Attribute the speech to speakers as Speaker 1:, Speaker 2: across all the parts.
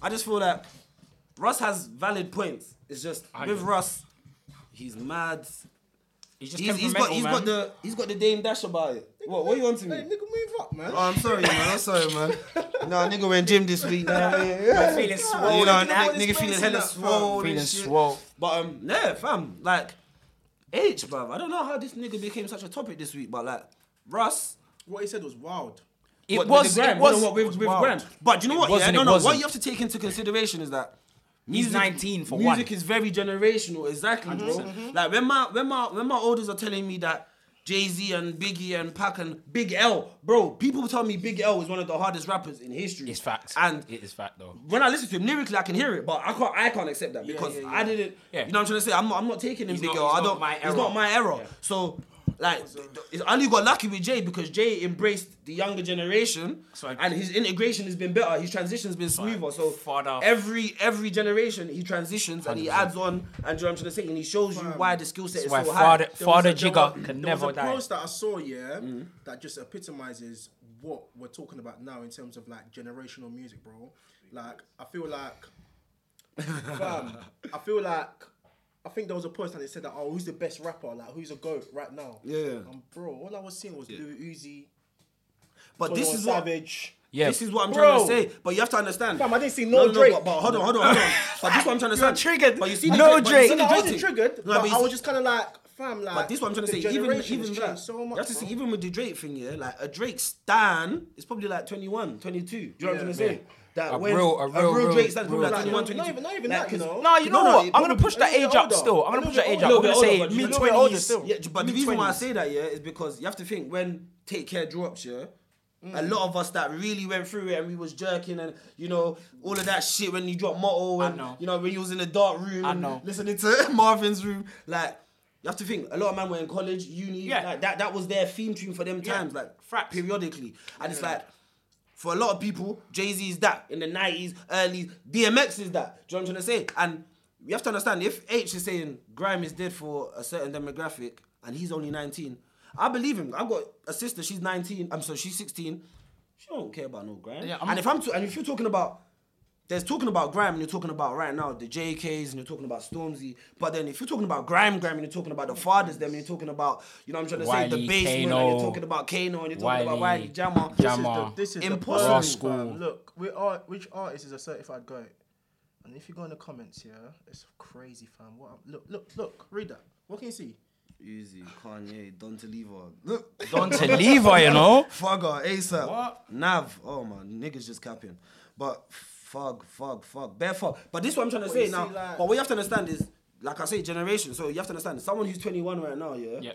Speaker 1: I just feel that Russ has valid points. It's just
Speaker 2: I
Speaker 1: with
Speaker 2: agree.
Speaker 1: Russ, he's mad.
Speaker 2: He's just
Speaker 1: He's, he's got
Speaker 2: temperamental,
Speaker 1: he's
Speaker 2: man.
Speaker 1: got the he's got the Dame Dash about it. What what you want to
Speaker 3: Hey,
Speaker 1: me?
Speaker 3: nigga, move up, man.
Speaker 4: Oh, I'm sorry, man. I'm sorry, man. Nah, nigga went gym this week. Nah, yeah.
Speaker 2: feeling swole.
Speaker 4: You know,
Speaker 1: Look at all
Speaker 4: nigga,
Speaker 1: this
Speaker 4: nigga feeling
Speaker 1: space in
Speaker 4: hella
Speaker 1: that, fam.
Speaker 4: swole. and
Speaker 2: Feeling
Speaker 4: shit.
Speaker 2: swole.
Speaker 1: But um, yeah, fam, like, H, bruv. I don't know how this nigga became such a topic this week, but like, Russ.
Speaker 3: What he said was wild.
Speaker 2: It
Speaker 1: what,
Speaker 2: was.
Speaker 1: with the
Speaker 2: it
Speaker 1: gram,
Speaker 2: was.
Speaker 1: no, no, what, with, with
Speaker 2: wild.
Speaker 1: Graham. But do you know what? Yeah,
Speaker 2: wasn't,
Speaker 1: no,
Speaker 2: it
Speaker 1: no. What
Speaker 2: wasn't.
Speaker 1: you have to take into consideration is that
Speaker 2: He's
Speaker 1: music-
Speaker 2: 19 for
Speaker 1: music
Speaker 2: one. Mm-hmm.
Speaker 1: is very generational. Exactly, bro. Like when my when my when my elders are telling me that. Jay Z and Biggie and Pac and Big L, bro. People tell me Big L is one of the hardest rappers in history.
Speaker 2: It's fact.
Speaker 1: And
Speaker 2: it is fact though.
Speaker 1: when I listen to him lyrically, I can hear it, but I can't. I can't accept that because
Speaker 3: yeah, yeah.
Speaker 1: I didn't.
Speaker 2: Yeah.
Speaker 1: You know what I'm trying to say? I'm not. I'm not taking him
Speaker 2: He's
Speaker 1: big
Speaker 2: not-
Speaker 1: L.
Speaker 2: he's
Speaker 1: I
Speaker 2: not
Speaker 1: don't.
Speaker 2: my
Speaker 1: It's
Speaker 2: era.
Speaker 1: not my error. So, like, th- th- it's only got lucky with Jay because Jay embraced the younger generation,
Speaker 2: So I-
Speaker 1: and his integration has been better. His transition's been smoother. So
Speaker 2: Father.
Speaker 1: every every generation he transitions and he adds on, and you know what I'm trying to say, and he shows you why the skill set is
Speaker 2: Why
Speaker 1: so
Speaker 2: father,
Speaker 1: high.
Speaker 3: There was
Speaker 2: father
Speaker 3: a- there
Speaker 2: Jigger
Speaker 3: was-
Speaker 2: can
Speaker 3: there was
Speaker 2: never
Speaker 3: a
Speaker 2: die.
Speaker 3: post that I saw, yeah,
Speaker 1: Mm-hmm.
Speaker 3: that just epitomizes what we're talking about now in terms of like generational music, bro. Like, I feel like, fam, I feel like, I think there was a post that they said that, oh, who's the best rapper? Like, who's a goat right now?
Speaker 1: Yeah.
Speaker 3: And bro, all I was seeing was Lil Uzi,
Speaker 1: But this is what.
Speaker 3: Savage.
Speaker 2: Yeah.
Speaker 1: This is what I'm
Speaker 3: Bro.
Speaker 1: trying to say, but you have to understand.
Speaker 3: Fam, I didn't see no Drake.
Speaker 1: but, but hold on, hold on, hold on. but this is what I'm trying to say.
Speaker 2: You're triggered.
Speaker 1: But you see, the
Speaker 2: No
Speaker 1: but you
Speaker 2: Drake.
Speaker 1: see the
Speaker 3: No, I wasn't
Speaker 1: thing.
Speaker 3: triggered,
Speaker 1: No,
Speaker 3: but,
Speaker 1: you
Speaker 3: I
Speaker 1: see-
Speaker 3: was just kind of like, fam, like.
Speaker 1: But this is what I'm trying to
Speaker 3: the
Speaker 1: say. Even
Speaker 3: generation has
Speaker 1: even that,
Speaker 3: changed so much.
Speaker 1: you have to see.
Speaker 3: bro.
Speaker 1: Even with the Drake thing, yeah, like a Drake stan is probably like 21, 22. Do you know what I'm trying to say? That
Speaker 2: A
Speaker 1: when
Speaker 2: real- a real- real-
Speaker 1: Drake stan is probably
Speaker 2: real
Speaker 1: like 21,
Speaker 3: Drake. Not
Speaker 1: 22.
Speaker 3: even- not even
Speaker 1: Like,
Speaker 3: that, you
Speaker 1: 'cause-
Speaker 3: know.
Speaker 2: No, you know
Speaker 1: no, it
Speaker 2: what? I'm gonna
Speaker 1: would've
Speaker 2: push that
Speaker 3: been a
Speaker 2: age
Speaker 3: little
Speaker 2: up
Speaker 3: bit
Speaker 2: still. I'm
Speaker 3: older.
Speaker 2: gonna push that age
Speaker 3: A
Speaker 2: up.
Speaker 3: little
Speaker 2: I'm gonna
Speaker 3: bit
Speaker 2: say
Speaker 3: older, but
Speaker 2: mid
Speaker 3: you- you're older
Speaker 2: twenties.
Speaker 3: still.
Speaker 1: Yeah, but the reason why I say that, yeah, is because you have to think when Take Care drops, yeah. A lot of us that really went through it and we was jerking and you know all of that shit when you dropped motto and
Speaker 2: know.
Speaker 1: you know when you was in the dark room
Speaker 2: I
Speaker 1: and
Speaker 2: know.
Speaker 1: listening to Marvin's room like you have to think a lot of men were in college uni
Speaker 2: Yeah.
Speaker 1: like that that was their theme tune for them
Speaker 2: Yeah.
Speaker 1: times like
Speaker 2: Facts.
Speaker 1: periodically and it's like for a lot of people Jay Z is that in the nineties early DMX is that do you know what I'm trying to say and you have to understand if H is saying grime is dead for a certain demographic and he's only 19 I believe him I've got a sister she's 19 I'm sorry she's 16 she don't care about no grime
Speaker 2: Yeah, I'm-
Speaker 1: and if I'm to, and if you're talking about there's talking about grime and you're talking about right now the JKs and you're talking about Stormzy, but then if you're talking about grime, grime and you're talking about the fathers, then you're talking about you know what I'm trying to say the
Speaker 2: Wiley,
Speaker 1: basement and
Speaker 2: Kano,
Speaker 1: you're talking about Kano and you're talking about
Speaker 2: Wiley,
Speaker 1: Wiley Jammer.
Speaker 2: Jammer.
Speaker 3: This is the, this is
Speaker 1: Impossible.
Speaker 3: The
Speaker 1: Raw
Speaker 3: problem,
Speaker 2: school.
Speaker 3: fam. Look, we are, which artist is a certified goat? And if you go in the comments, yeah, it's crazy, fam. What? Look, look, look. Read that. What can you see?
Speaker 1: Uzi, Kanye, Don Toliva, look,
Speaker 2: Don Toliva, you know.
Speaker 1: Fugger, ASAP,
Speaker 2: What?
Speaker 1: Nav. Oh man, niggas just capping, but fug, fug, fug, bare fug. But this is what I'm trying to say
Speaker 3: you
Speaker 1: now.
Speaker 3: see, like-
Speaker 1: but what you have to understand is, like I say, generation. So you have to understand someone who's 21 right now, yeah.
Speaker 2: Yeah.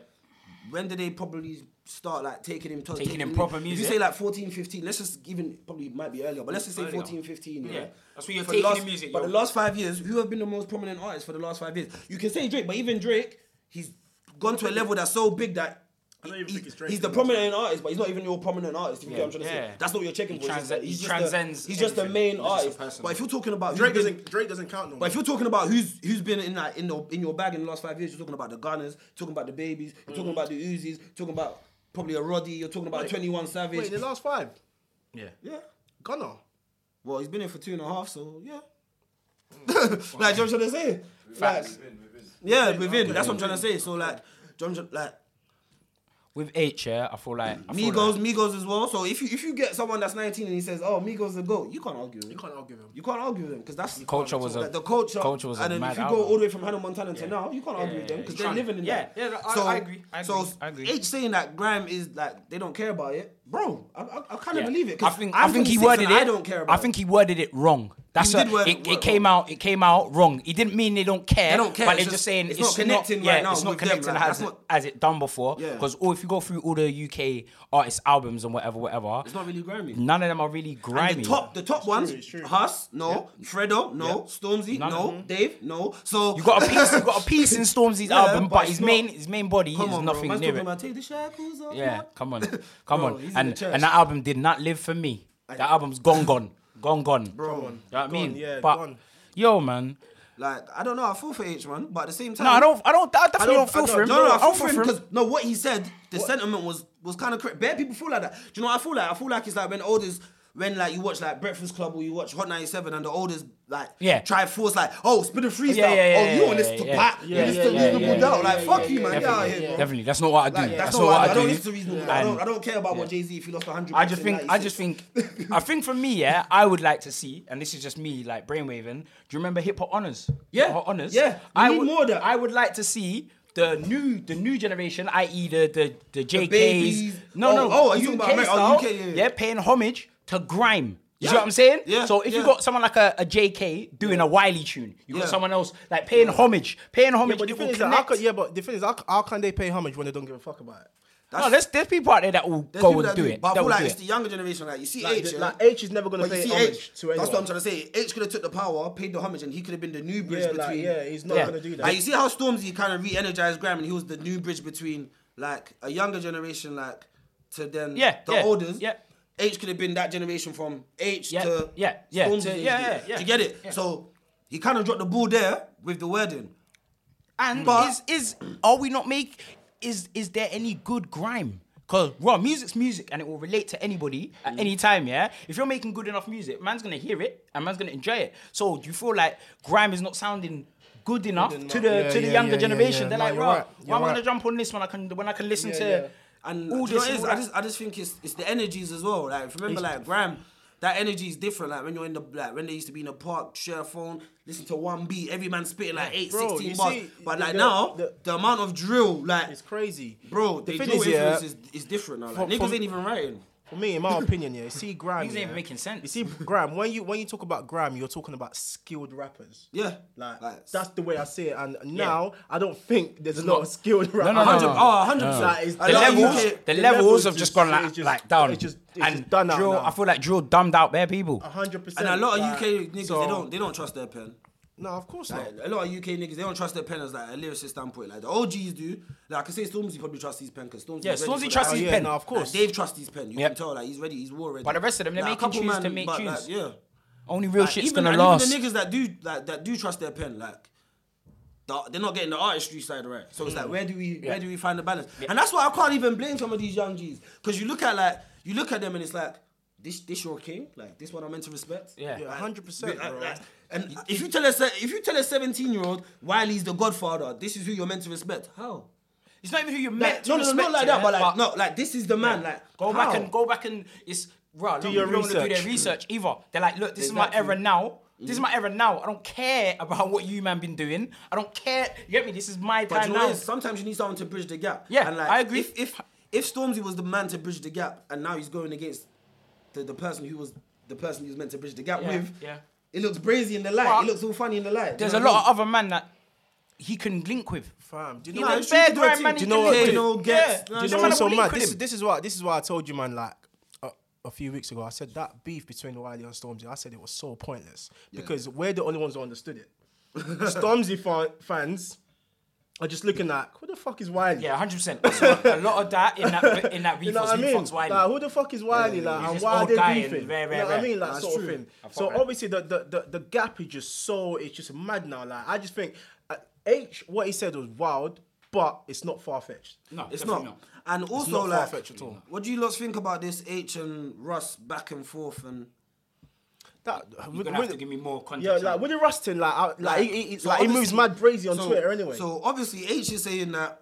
Speaker 1: when did they probably start like taking him to
Speaker 2: Taking him proper
Speaker 1: If you
Speaker 2: music.
Speaker 1: say like 14, 15, let's just even probably might be earlier, but let's just say
Speaker 2: Earlier.
Speaker 1: 14, 15. Yeah,
Speaker 2: Yeah. That's when you're
Speaker 1: For
Speaker 2: taking
Speaker 1: the last,
Speaker 2: in music,
Speaker 1: But
Speaker 2: yo.
Speaker 1: the last five years, who have been the most prominent artists for the last five years? You can say Drake, but even Drake, he's gone to a level that's so big that.
Speaker 3: I don't even
Speaker 1: he-
Speaker 3: think it's Drake
Speaker 1: he's the
Speaker 3: anymore.
Speaker 1: prominent artist, but he's not even your prominent artist. If you get what I'm trying to
Speaker 2: Yeah.
Speaker 1: say, that's not what you're checking
Speaker 2: He
Speaker 1: for. He's just
Speaker 2: transcend-
Speaker 1: a- he's
Speaker 2: he
Speaker 1: just a-
Speaker 2: transcends
Speaker 1: He's just the
Speaker 2: everything.
Speaker 1: main
Speaker 2: He's just a
Speaker 1: artist.
Speaker 2: person.
Speaker 1: But if you're talking about who's
Speaker 3: Drake
Speaker 1: been-
Speaker 3: doesn't. Drake doesn't count no more.
Speaker 1: but if you're talking about who's who's been in that in, the, in your bag in the last five years, you're talking about the Gunners, you're talking about the babies, you're
Speaker 2: Mm.
Speaker 1: talking about the Uzis, you're talking about probably a Roddy, you're talking about a 21 Savage.
Speaker 3: Wait, in the last five.
Speaker 2: Yeah.
Speaker 1: yeah.
Speaker 3: Gunner.
Speaker 1: Well, he's been in for two and a half, so yeah.
Speaker 2: Mm.
Speaker 1: like, do you know what I'm trying to say? Like, yeah, within. That's what I'm trying to say. So like, do you know what I'm trying- like
Speaker 2: With H, yeah, I feel like I feel
Speaker 1: Migos,
Speaker 2: Like,
Speaker 1: Migos as well. So if you if you get someone that's 19 and he says, "Oh, Migos the goat," you can't argue. with
Speaker 3: You
Speaker 1: him.
Speaker 3: can't argue with him.
Speaker 1: You can't argue with them because that's
Speaker 2: Culture was a-
Speaker 1: Like, the culture.
Speaker 2: culture was a
Speaker 1: and then
Speaker 2: mad
Speaker 1: if you go
Speaker 2: album.
Speaker 1: all the way from Hannah Montana to now, you can't argue with them
Speaker 2: yeah,
Speaker 1: because
Speaker 2: you
Speaker 1: they're
Speaker 2: can't.
Speaker 1: living in
Speaker 2: Yeah,
Speaker 1: that.
Speaker 2: yeah, I- I agree, I
Speaker 1: so
Speaker 2: agree, I agree.
Speaker 1: H saying that Grime is like they don't care about it, bro. I, I, I kind of
Speaker 2: yeah.
Speaker 1: believe it.
Speaker 2: I
Speaker 1: 'cause
Speaker 2: think
Speaker 1: I'm
Speaker 2: I think he
Speaker 1: 26
Speaker 2: worded
Speaker 1: and
Speaker 2: it.
Speaker 1: I don't care about.
Speaker 2: I think he worded it wrong. That's
Speaker 1: He
Speaker 2: a,
Speaker 1: did word
Speaker 2: it,
Speaker 1: it
Speaker 2: it came
Speaker 1: wrong.
Speaker 2: out. It came out wrong. He didn't mean they don't care.
Speaker 1: They don't care,
Speaker 2: But
Speaker 1: it's just-
Speaker 2: they're just saying
Speaker 1: it's not connecting
Speaker 2: yeah,
Speaker 1: right now
Speaker 2: It's not
Speaker 1: with them,
Speaker 2: connecting
Speaker 1: like,
Speaker 2: as,
Speaker 1: that's what-
Speaker 2: as it done before.
Speaker 1: Yeah.
Speaker 2: Because all if you go through all the UK artists albums and whatever, whatever,
Speaker 1: it's not really Grammy.
Speaker 2: none of them are really grimy.
Speaker 1: And the top, the top ones,
Speaker 3: it's true.
Speaker 1: Huss, no, Fredo, no, Stormzy,
Speaker 2: None of
Speaker 1: no, Dave, no. So
Speaker 2: You got a piece. You got a piece in Stormzy's
Speaker 1: Yeah,
Speaker 2: album,
Speaker 1: but
Speaker 2: but
Speaker 1: it's
Speaker 2: his
Speaker 1: not-
Speaker 2: main his main body
Speaker 1: come
Speaker 2: is
Speaker 1: on,
Speaker 2: nothing
Speaker 1: bro. Man's
Speaker 2: near
Speaker 1: talking
Speaker 2: it.
Speaker 1: about take the shackles off.
Speaker 2: Yeah,
Speaker 1: man.
Speaker 2: come on, come
Speaker 1: Bro,
Speaker 2: on.
Speaker 1: he's in the
Speaker 2: And
Speaker 1: church.
Speaker 2: and that album did not live for me. That album's gone, gone, gone, gone. Bro, you know what I
Speaker 3: gone,
Speaker 2: mean?
Speaker 3: yeah,
Speaker 2: but
Speaker 3: gone.
Speaker 2: yo, man,
Speaker 1: Like I don't know, I feel for H man, but at the same time,
Speaker 2: no, I don't, I don't, I definitely
Speaker 1: I don't-
Speaker 2: don't, feel
Speaker 1: I
Speaker 2: for him.
Speaker 1: don't- No, no, I
Speaker 2: don't
Speaker 1: feel for him because no, what he said, the sentiment was was kind of correct. Bare people feel like that. Do you know what I feel like? I feel like it's like when elders when like you watch like Breakfast Club or you watch Hot 97 and the oldest like
Speaker 2: Yeah.
Speaker 1: try force like oh spit a freestyle
Speaker 2: Yeah, yeah, yeah,
Speaker 1: oh you on
Speaker 2: yeah,
Speaker 1: this to
Speaker 2: yeah.
Speaker 1: pat
Speaker 2: Yeah,
Speaker 1: you
Speaker 2: yeah,
Speaker 1: listen
Speaker 2: yeah,
Speaker 1: to reasonable
Speaker 2: yeah,
Speaker 1: doubt
Speaker 2: yeah,
Speaker 1: like
Speaker 2: yeah,
Speaker 1: fuck
Speaker 2: yeah,
Speaker 1: you man get out of here bro.
Speaker 2: Definitely, that's not what I do.
Speaker 1: Like,
Speaker 2: that's, not what I,
Speaker 1: I
Speaker 2: do.
Speaker 1: don't listen to reasonable doubt I don't, I don't care about what Jay Z if he lost 100
Speaker 2: I just think, I just think, I think for me, yeah, I would like to see, and this is just me, like brainwaving. Do you remember Hip Hop Honors?
Speaker 1: Yeah,
Speaker 2: Hip Hop Honors.
Speaker 1: yeah. We
Speaker 2: I
Speaker 1: need
Speaker 2: would,
Speaker 1: more of that.
Speaker 2: I would like to see the new, the new generation, i.e. the the the JKs.
Speaker 1: Babies.
Speaker 2: No,
Speaker 1: Oh,
Speaker 2: no.
Speaker 1: oh, are you talking about Ameri- oh,
Speaker 2: style,
Speaker 1: UK, yeah, yeah.
Speaker 2: paying homage to grime. You see
Speaker 1: Yeah.
Speaker 2: what I'm saying?
Speaker 1: Yeah,
Speaker 2: So if you
Speaker 1: yeah.
Speaker 2: got someone like a, a JK doing a Wiley tune, you got
Speaker 1: Yeah.
Speaker 2: someone else like paying homage, paying
Speaker 3: Yeah,
Speaker 2: homage.
Speaker 3: but the
Speaker 2: it
Speaker 3: thing
Speaker 2: will
Speaker 3: is, that how
Speaker 2: connect.
Speaker 3: can, yeah, but the thing is, how, how can they pay homage when they don't give a fuck about it?
Speaker 2: no, there's there's people out there that will
Speaker 1: There's
Speaker 2: go
Speaker 1: people
Speaker 2: and
Speaker 1: that
Speaker 2: do it.
Speaker 1: But I
Speaker 2: That
Speaker 1: feel
Speaker 2: will
Speaker 1: like
Speaker 2: do
Speaker 1: it's
Speaker 2: it.
Speaker 1: the younger generation. Like you see
Speaker 3: Like,
Speaker 1: H,
Speaker 3: the-
Speaker 1: yeah?
Speaker 3: like, H is never gonna
Speaker 1: But you
Speaker 3: pay
Speaker 1: see
Speaker 3: homage
Speaker 1: H,
Speaker 3: to
Speaker 1: That's what
Speaker 3: anyone.
Speaker 1: I'm trying to say. H could have took the power, paid the homage, and he could have been the new bridge
Speaker 3: Yeah,
Speaker 1: between.
Speaker 3: like, yeah, he's not
Speaker 2: Yeah.
Speaker 3: gonna do that.
Speaker 1: Like you see how Stormzy kind of re-energized Graham, and he was the new bridge between like a younger generation, like to then
Speaker 2: Yeah,
Speaker 1: the
Speaker 2: yeah,
Speaker 1: olders.
Speaker 2: yeah.
Speaker 1: H could have been that generation from H
Speaker 2: Yeah,
Speaker 1: to
Speaker 2: yeah, yeah,
Speaker 1: Stormzy.
Speaker 2: to- yeah, yeah, yeah.
Speaker 1: Do you get it? So he kind of dropped the ball there with the wording.
Speaker 2: And
Speaker 1: But-
Speaker 2: is is are we not make is is there any good grime? Cause raw music's music and it will relate to anybody at
Speaker 3: Mm.
Speaker 2: any time, yeah. If you're making good enough music, man's gonna hear it and man's gonna enjoy it. So do you feel like grime is not sounding good enough to the
Speaker 3: Yeah,
Speaker 2: to the
Speaker 3: yeah,
Speaker 2: younger
Speaker 3: yeah, yeah,
Speaker 2: generation?
Speaker 3: yeah.
Speaker 2: They're
Speaker 3: No,
Speaker 2: like,
Speaker 3: you're
Speaker 2: raw,
Speaker 3: right,
Speaker 2: why am I
Speaker 3: you're
Speaker 2: gonna
Speaker 3: right.
Speaker 2: jump on this when I can when I can listen
Speaker 3: Yeah,
Speaker 2: to
Speaker 3: yeah.
Speaker 1: And
Speaker 2: all
Speaker 1: all this
Speaker 2: this? and all
Speaker 1: I
Speaker 2: that?
Speaker 1: just I just think it's it's the energies as well. Like if you remember like Graham, that energy is different. Like when you're in the like when they used to be in the park, share a phone, listen to one beat, every man spitting like eight,
Speaker 3: Bro,
Speaker 1: sixteen
Speaker 3: you
Speaker 1: bars.
Speaker 3: see,
Speaker 1: but
Speaker 3: the-
Speaker 1: like
Speaker 3: the-
Speaker 1: now, the,
Speaker 3: the-
Speaker 1: amount of drill, like
Speaker 3: It's crazy,
Speaker 1: bro, the,
Speaker 3: thing
Speaker 1: drill
Speaker 3: is, yeah,
Speaker 1: influence is, is different now. Like,
Speaker 3: For-
Speaker 1: niggas
Speaker 3: for-
Speaker 1: ain't even writing.
Speaker 3: For me, in my opinion, yeah, you see Graham.
Speaker 2: These ain't
Speaker 3: yeah,
Speaker 2: even making sense.
Speaker 3: You see Graham when you when you talk about Graham, you're talking about skilled rappers.
Speaker 1: Yeah,
Speaker 3: Like, that's the way I see it, and
Speaker 2: Yeah.
Speaker 3: now I don't think there's a lot of skilled rappers.
Speaker 2: no, no,
Speaker 1: hundred,
Speaker 2: no.
Speaker 3: ah,
Speaker 1: oh, hundred
Speaker 3: Like, it's-
Speaker 1: percent.
Speaker 2: the
Speaker 3: I love
Speaker 2: levels,
Speaker 3: you.
Speaker 2: the,
Speaker 3: The
Speaker 2: levels,
Speaker 3: levels
Speaker 2: have
Speaker 3: just-
Speaker 2: just gone
Speaker 3: it
Speaker 2: like,
Speaker 3: just-
Speaker 2: like down.
Speaker 3: it just- it's
Speaker 2: and
Speaker 3: just done out
Speaker 2: drill,
Speaker 3: now.
Speaker 2: I feel like drill dumbed out bare people.
Speaker 3: hundred percent.
Speaker 1: And a lot of
Speaker 3: like,
Speaker 1: UK niggas
Speaker 3: so-
Speaker 1: they don't they don't trust their pen.
Speaker 3: No, of course not.
Speaker 1: Like, a lot of UK niggas they don't trust their pen as like a lyricist standpoint. Like the OGs do. Like I can say Stormzy probably trusts his pen because Stormzy.
Speaker 2: Yeah, Stormzy trusts
Speaker 3: Oh,
Speaker 2: his
Speaker 3: yeah,
Speaker 2: pen.
Speaker 3: no, of course.
Speaker 1: Like, Dave trusts his pen. You
Speaker 2: Yep.
Speaker 1: can tell, like he's ready, he's war ready.
Speaker 2: But the rest of them, they
Speaker 1: Like,
Speaker 2: make
Speaker 1: a couple
Speaker 2: tunes to
Speaker 1: man-
Speaker 2: make
Speaker 1: but,
Speaker 2: tunes.
Speaker 1: Like, yeah,
Speaker 2: Only real shit's
Speaker 1: even,
Speaker 2: gonna
Speaker 1: and
Speaker 2: last.
Speaker 1: Even the niggas that do like that do trust their pen, like the, they're not getting the artistry side right. So it's
Speaker 2: Mm.
Speaker 1: like, where do we where do we find the balance? And that's why I can't even blame some of these young G's because you look at like you look at them and it's like this this your king, like this one I'm meant to respect.
Speaker 2: Yeah. Yeah,
Speaker 1: Like,
Speaker 3: 100%,
Speaker 1: like,
Speaker 3: bro.
Speaker 1: like, and if you tell us if you tell a 17 year old Wiley's the Godfather, this is who you're meant to respect. How?
Speaker 2: It's not even who you
Speaker 1: Like,
Speaker 2: met.
Speaker 1: no, no, no, not like that. But like, no, like this is the man. Like,
Speaker 2: Go
Speaker 1: how?
Speaker 2: back and go back and it's right. Do
Speaker 3: your
Speaker 2: don't want to do their
Speaker 3: research.
Speaker 2: research either. They're like, look, this is my
Speaker 1: Exactly.
Speaker 2: era now. This is my era now. I don't care about what you man been doing. I don't care. You get me? This is my
Speaker 1: But
Speaker 2: time
Speaker 1: you know,
Speaker 2: now.
Speaker 1: what it is? sometimes you need someone to bridge the gap.
Speaker 2: Yeah,
Speaker 1: and like,
Speaker 2: I agree.
Speaker 1: If, if if Stormzy was the man to bridge the gap, and now he's going against the, the person who was the person he was meant to bridge the gap
Speaker 2: Yeah,
Speaker 1: with,
Speaker 2: yeah.
Speaker 1: it looks brazy in the light.
Speaker 2: But-
Speaker 1: it looks all funny in the light.
Speaker 2: There's a lot of other man that he can link with.
Speaker 3: Fam, do you
Speaker 2: He
Speaker 3: know?
Speaker 1: No,
Speaker 2: can
Speaker 1: it's
Speaker 2: bear
Speaker 1: true,
Speaker 2: grime
Speaker 1: do
Speaker 2: man. he
Speaker 1: you
Speaker 2: can
Speaker 1: know what-
Speaker 2: link
Speaker 1: do you
Speaker 2: with.
Speaker 1: know gets- no,
Speaker 2: Yeah.
Speaker 3: Do you
Speaker 2: The
Speaker 3: know
Speaker 2: man
Speaker 3: what's so
Speaker 2: will link
Speaker 3: mad?
Speaker 2: with
Speaker 3: This,
Speaker 2: him.
Speaker 3: this is why this is why I told you, man. Like a, a few weeks ago, I said that beef between Wiley and Stormzy. I said it was so pointless because we're the only ones that understood it. Stormzy fan, fans are just looking like, who the fuck is Wiley?
Speaker 2: Yeah, hundred percent. A lot of that in that in that
Speaker 3: You
Speaker 2: beef
Speaker 3: know
Speaker 2: was
Speaker 3: what I
Speaker 2: who
Speaker 3: mean?
Speaker 2: fucks Wiley.
Speaker 3: Like, who the fuck is Wiley? Like,
Speaker 2: He's
Speaker 3: and
Speaker 2: this
Speaker 3: why are
Speaker 2: old
Speaker 3: they
Speaker 2: guy and
Speaker 3: beefing?
Speaker 2: rare,
Speaker 3: you
Speaker 2: rare,
Speaker 3: know what
Speaker 2: rare.
Speaker 3: I mean? Like,
Speaker 1: That's
Speaker 3: sort
Speaker 1: true.
Speaker 3: of thing.
Speaker 2: I fuck
Speaker 3: So
Speaker 2: with that.
Speaker 3: obviously, the, the the the gap is just so it's just mad now. Like, I just think uh, H what he said was wild, but it's not far fetched.
Speaker 2: no,
Speaker 1: It's
Speaker 2: definitely
Speaker 1: not. And also,
Speaker 3: not
Speaker 1: like,
Speaker 3: far-fetched at all.
Speaker 1: what do you lot think about this H and Russ back and forth? And
Speaker 3: That
Speaker 2: You're gonna have to give me more
Speaker 3: Yeah,
Speaker 2: context.
Speaker 3: like
Speaker 2: on that.
Speaker 3: Willie Rustin, like, I, like, he, he,
Speaker 1: so
Speaker 3: like he moves
Speaker 1: obviously-
Speaker 3: mad brazy on
Speaker 1: so-
Speaker 3: Twitter anyway.
Speaker 1: So obviously, H is saying that